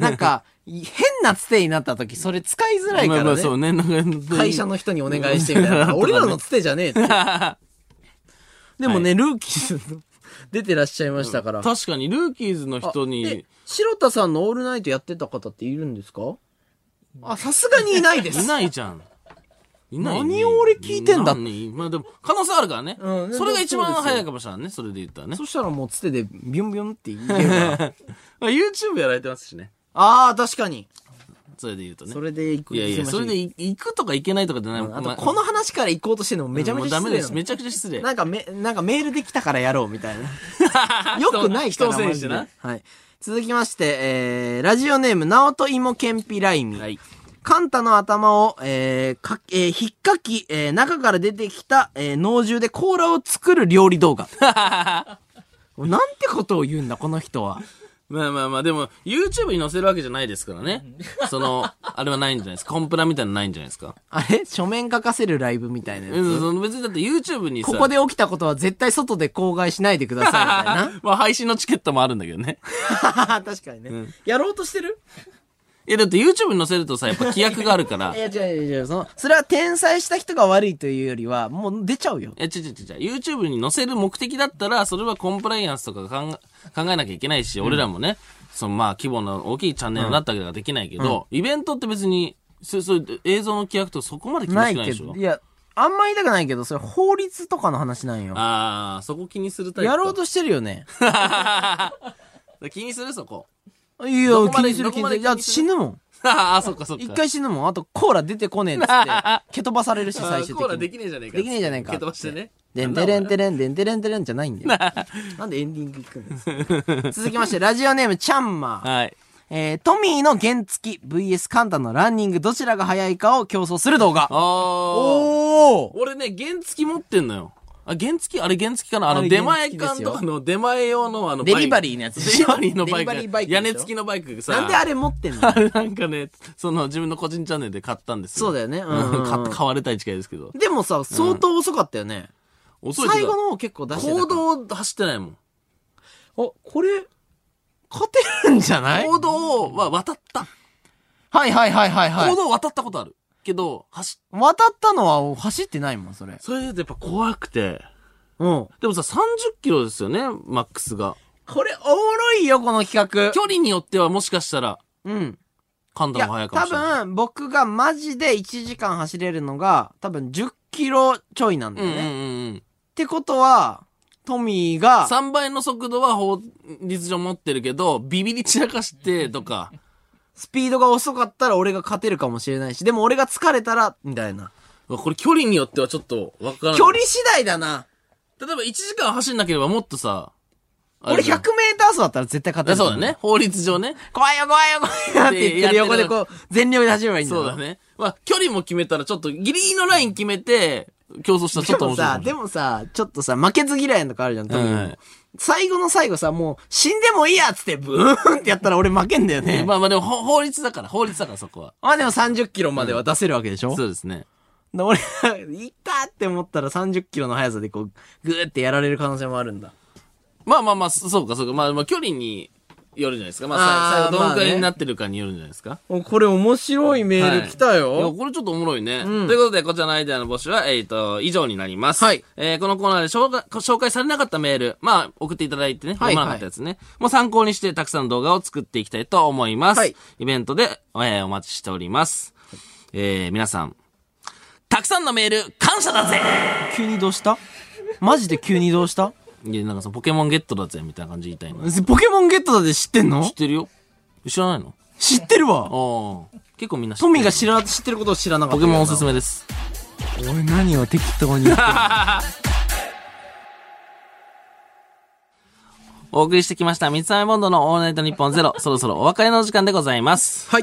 なんか、い変なつてになった時、それ使いづらいかまあまらあそうね。ね。なんか会社 の人にお願いしてみたいな。うん俺らのつてじゃねえって。でもはね、ルーキーズの 出てらっしゃいましたから。確かに、ルーキーズの人でに、白田さんのオールナイトやってた方っているんですかあ、さすがにいないでいす。ないじゃん。いない、何を俺聞いてんだって何まあでも、可能性あるからね。うんそれが一番そうですよ早いかもしれないね。それで言ったらね。そしたらもうつてでビュンビュンって言えば。まあ YouTube やられてますしね。 ああ、確かに。それで言うとねそ。れで行く。いやいや、それでいい行くとか行けないとかじゃない。あまと、あこの話から行こうとしてるのもめちゃめちゃもうダメ失礼でなす。のめちゃくちゃ失礼。なんかめ、なんかメールできたからやろうみたい な。よくないから人を人をマ制しジてでなはい。続きまして、えー、ラジオネーム、なおといもけんぴらいみ。はい。カンタの頭を、えー、か、えー、ひっかき、えー、中から出てきた、えー、脳汁で甲羅を作る料理動画。 なんてことを言うんだ、この人は。まあまあまあ、でも、YouTube に載せるわけじゃないですからね。その、あれはないんじゃないですか。コンプラみたいなのないんじゃないですか。あれ書面書かせるライブみたいなやうんつ。その別にだって YouTube にさ、ここで起きたことは絶対外で口外しないでください、みたい な。まあ配信のチケットもあるんだけどね。 確かにね、やろうとしてるいや、だって YouTube に載せるとさ、やっぱ規約があるから い。や、違う違う違う。その、それは天才した人が悪いというよりは、もう出ちゃうよ。え、ちょちょちょちょ、YouTube に載せる目的だったら、それはコンプライアンスとか考え考えなきゃいけないし、俺らもね、そのまあ規模の大きいチャンネルになったわけができないけど、イベントって別に、そうそういう映像の規約とそこまで気にしなていないけでしょど。いや、あんま言いたくないけど、それ法律とかの話なんよ。ああ、そこ気にするタイプか。やろうとしてるよね。 気にするそこ。 いや、どこ気までにする気にどこまする。でいや、死ぬもん。ああ、そっかそっか。一回死ぬもん。あと、コーラ出てこねえっつって、蹴飛ばされるし、あ最ー終コーラで的きねえに。じゃねえか。できねえじゃねえか蹴飛ばしてね。でんてれんてれん、でんてれんてれんじゃないんだよ。なんでエンディングいくんですか続きまして、ラジオネーム、ちゃんまー。はい。えー、トミーの原付き VS カンタのランニング、どちらが速いかを競争する動画。ああ。おー俺ね、原付き持ってんのよ。あ、原付きあれ原付きかなああの、れ出原前付ですよ館とかの出前用のあの、デリバリーのやつでデしリょバリーのバイク。デリバリーバイクでしょ屋根付きのバイクさ。なんであれれ持ってん のあれなんかね、その自分の個人チャンネルで買ったんですよ。そうだよねうんうん うん買って買われたに近いですけど。でもさ、相当遅かったよね。遅いけ最後ど。の方結構出してた行から。動走ってないもん。あ、これ、勝てるんじゃない行動は渡った。はいはいはいはいは行い。動渡ったことある。けど、走っ、渡ったのは走ってないもん、それ。それでやっぱ怖くて。うん。でもさ、30キロですよね、マックスが。これ、おもろいよ、この企距離によってはもしかしたら、画。うん。噛んいだや、のが早いかも多しれない。分、僕がマジで1時間走れるのが、多分10キロちょいなんだよね。うんうんうんうん。ってことは、トミーが、 3倍の速度は法律上持ってるけど、ビビり散らかしてとか、スピードが遅かったら俺が勝てるかもしれないし、でも俺が疲れたら、みたいな。うわこれ距離によってはちょっとわからない。距離次第だな。例えば1時間走んなければもっとさ、あ俺れじ100ゃメんーター走だったら絶対勝てあるとそう思。だね。法律上ね。怖いよ怖いよ怖いよって言ってる横でこう、全力で走ればいいんだそうだ。ね。まあ、距離も決めたらちょっとギリギリのライン決めて、競争したらちでょっとも面白いかもさ、しでれない。もさ、ちょっとさ、負けず嫌いのとかあるじゃん、トミーもはい最後の最後さ、もう、死んでもいいやっつって、ブーンってやったら俺負けんだよ ね。 まあまあでも法法律だから、法律だからそこは。まあでも30キロまでは出せるわけでしょ、そうですね。で俺、 いったって思ったら30キロの速さでこう、ぐーってやられる可能性もあるんだ。まあまあまあ、そそうかそうか。まあまあ距離によるじゃないですか。まああーさ最後どんくらまあいねになってるかによるんじゃないですか。おこれ面白いメール来たよ。いや、これちょっとおもろいね。ということで、こちらのアイデアの募集は、えっ、と、以上になります。はいえーこのコーナーで紹介紹介されなかったメール、まあ、送っていただいてね、はい読まなかったやつね。もう参考にして、たくさん動画を作っていきたいと思います。はいイベントで、えーお待ちしております。えー皆さん、たくさんのメール、感謝だぜ急にどうしたマジで急にどうしたいや、なんかそのポケモンゲットだぜ、みたいな感じで言いたいの。 ポケモンゲットだって知ってんの知ってるよ知らないの知ってるわ。ああ。結構みんな知ってトるミーが知ら、知ってることを知らなかっポた。ケモンおすす。めです。俺何を 適当に言ってんのお送りしてきました、三つ編みボンドのオールナイトニッポンゼロ、そろそろお別れのお時間でございます。はい。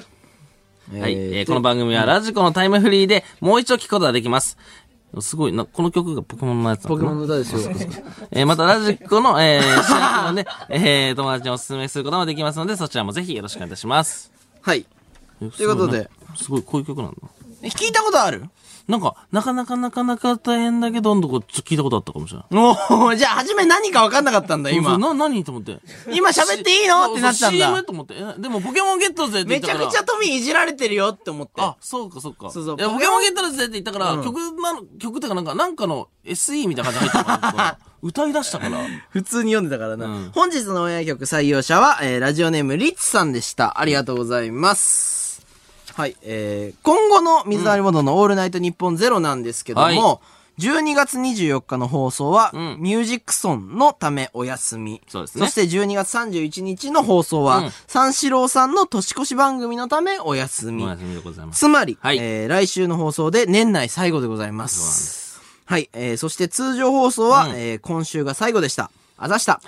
はい、えーこの場番組はラジコのタイムフリーでもう一度聞くことができます。すごいな、この曲がポケモンのやつなのポかケなモンの歌ですよ。えーまたラジコの、えー、シェアのね、 えー、友達にお勧めすることもできますので、そちらもぜひよろしくお願いいたします。はい。といいうことで。すごい、こういう曲なんだ。聞いたことあるなんか、なかなかなかなか大変だけど、どんどこちょっと聞いたことあったかもしれない。おおじゃあ初め何か分かんなかったんだ、そうそう今。な、何と思って。今喋っていいのってなったんそうそう CM だ。と思って。えでも、ポケモンゲットぜって言めっちたゃから。くちゃトミーいじられてるよって思って。あ、そうか、そうか。そうそういや、ポケモンゲットぜって言ったから、曲なの、曲とかなんか、なんかの SE みたいな感じで入った から、歌い出したから。普通に読んでたからな。うん本日のオンエア曲採用者は、えーラジオネームリッツさんでした。ありがとうございます。はい、えー、今後の水溜りボンドのオールナイトニッポンゼロなんですけども、は12月24日の放送は、うんミュージックソンのためお休み。そうですねそして12月31日の放送は、うん三四郎さんの年越し番組のためお休み。お休みでございます。つまり、はいえー来週の放送で年内最後でございます。はい、えー、そして通常放送は、うんえー今週が最後でした。あざした。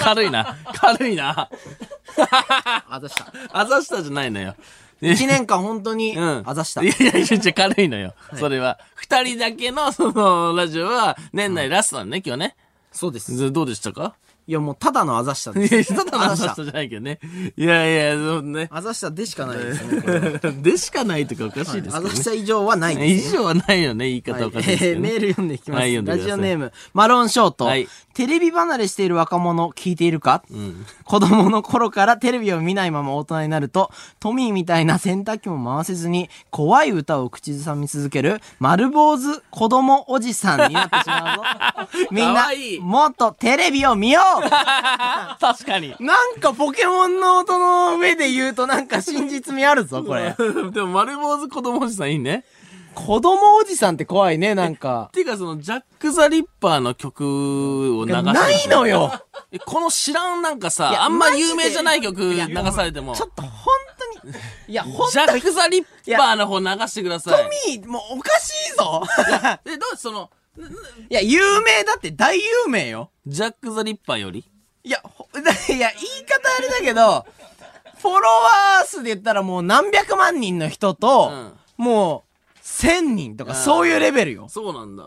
軽いな。軽いな。 あざした。あざしたじゃないのよ。え1年間本当に、うん。あざしたい。やいやいや、じゃ軽いのよ。それは。二人だけの、その、ラジオは、年内ラストなんね、今日ね。そうです。いずどうでしたかや、もうただのあざしたいです。や、ただのあざしたじゃないけどね。いやいや、そうね。 あざしたでしかないですね。でしかないとかおかしいですあけどざしね。た以上はないで以す上はないよね、言いはい方おかしいですえけーど メね。ール読んでいきます。はい読んでくラださいジオネーム、マロンショート。はいテレビ離れしている若者、聞いているか、子供の頃からテレビを見ないまま大人になると、トミーみたいな洗濯機も回せずに、怖い歌を口ずさみ続ける、丸坊主子供おじさんになって しまうぞ。みんかなわいい、もっとテレビを見よう確かに。なんかポケモンの音の上で言うとなんか真実味あるぞ、こ れ。でも、丸坊主子供おじさんいいね。子供おじさんって怖いね、な んか。ていうか、その、ジャック・ザ・リッパーの曲を流してほしないのよえこの知らんなんかいさ、やあんまマジで有名じゃない曲流されても。ちょっと本当に、いや、本ジャック・ザ・リッパーの方流してください。当に、もうおかしいぞえ、どうその、いや、有名だって大有名よ。ジャック・ザ・リッパーよりいや、ほ いや、言い方あれだけど、フォロワー数で言ったらもう何百万人の人と、うんもう、千人とかそういうレベルよ。そうなんだ。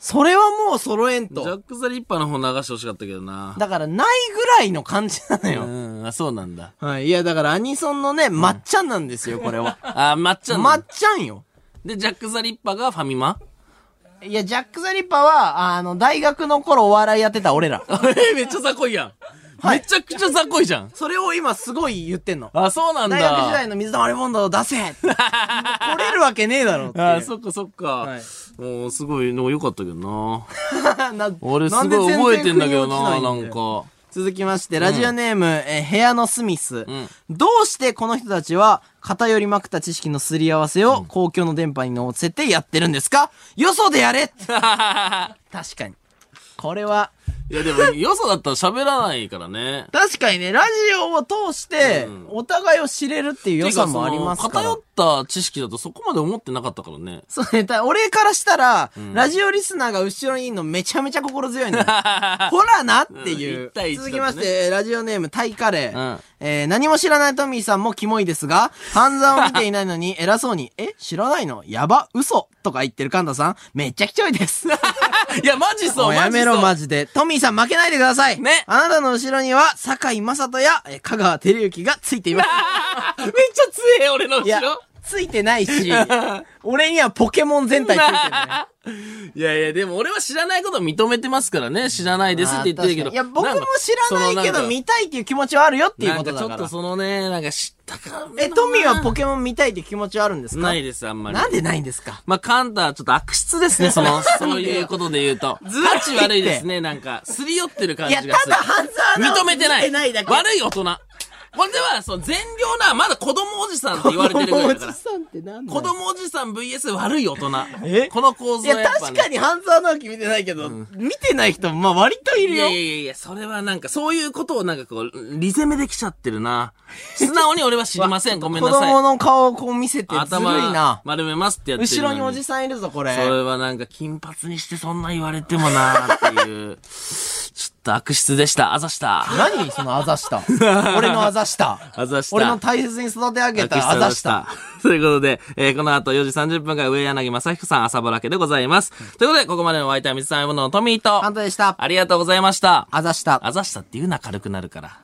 それはもう揃えんジャと。ック・ザ・リッパーの方流してほしかったけどな。だからないぐらいの感じなのうよ。ん、あ、そうなんだ。。はい。いや、だからアニソンのね、まっちゃんなんですよ、これはあ、まっちゃんだまっちゃんよ。で、ジャック・ザ・リッパーがファミマ いや、ジャック・ザ・リッパーは、あの、大学の頃お笑いやってた俺ら。え、めっちゃ雑魚いやん。めちゃくちゃ雑魚いじゃん。それを今すごい言ってんの。あ、そうなんだ。大学時代の水溜りボンドを出せ取れるわけねえだろっていう。あ、そっかそっか。いもう、すごい、の良かったけどな。 な俺、すなでごい全然覚えてんだけど腑な、になん落ちいだよか。続きまして、ラジオネーム、えー部屋のスミス、んどうしてこの人たちは、偏りまくった知識のすり合わせを公共の電波に乗せてやってるんですかよそで やれ確かに。これは、いや、でも、よそだったら喋らないからね。確かにね、ラジオを通して、お互いを知れるっていう良さもありますから。ていうかその偏った知識だとそこまで思ってなかったからね。そうね、た俺からしたら、ラジオリスナーが後ろにいるのめちゃめちゃ心強 いのよ。ほらなっていう。うん一対一だと続ねきまして、ラジオネーム、タイカレー。うんえー何も知らないトミーさんもキモいですが、犯罪を見ていないの に偉そうに、え、知らないのやば、嘘とか言ってるカンタさん、めっちゃ貴重いです。 いや、マジそう、もうやめろ、マジジで。トミーさん負けないでください。ねあなたの後ろには、堺雅人や、えー香川照之がついています。 そう。めっちゃ強え、俺のい後やろ。、ついてないし、 俺にはポケモン全体ついてるね。いやいや、でも俺は知らないことを認めてますからね。知ら ないですって言ってるけど。いや、僕も知らないけど見たいっていう気持ちはあるよっていうことだなんか。からちょっとそのね、なんか知ったかえ、トミーはポケケモン見たいっていう気持ちはあるんですかないです、あんまり。なんでないんですかまあ、カンタはちょっと悪質です ね、その、そういうことで言う と。ずるいって立ち悪いですね、なんか。すり寄ってる感いじや、がする。ただ半沢直認樹めてない。見ないだけ。悪い大人。これでは、その善良な、まだ子供おじさんって言われてるぐらいだから。さんってなん 子供おじさん VS 悪い大人。えこの構い図はや、やっぱ、確ね、かに半沢直樹見てないけど、見てない人もまあ割といるいよや。いやいや、それはなんか、そういうことをなんかこう、リゼめできちゃってるな。 素直に俺は知りません。ごめん子なさ供い。の顔をこう見せてずるい頭な。丸めますってやってる後のろにおじさんいるぞ、これ。それはなんか金髪にしてそんな言われてもなーっていう。 ちょっと悪質でした。あざした。何そのあざした。俺のあざした。あざした俺の大切に育て上げたあざした。。 ということで、えーこの後4時30分から上柳正彦さん朝ぼらけでございます。ということで、ここまでのお相手は水溜りボンドのトミーと、あんたでした。ありがとうございました。あざした。あざしたって言うな、軽くなるから。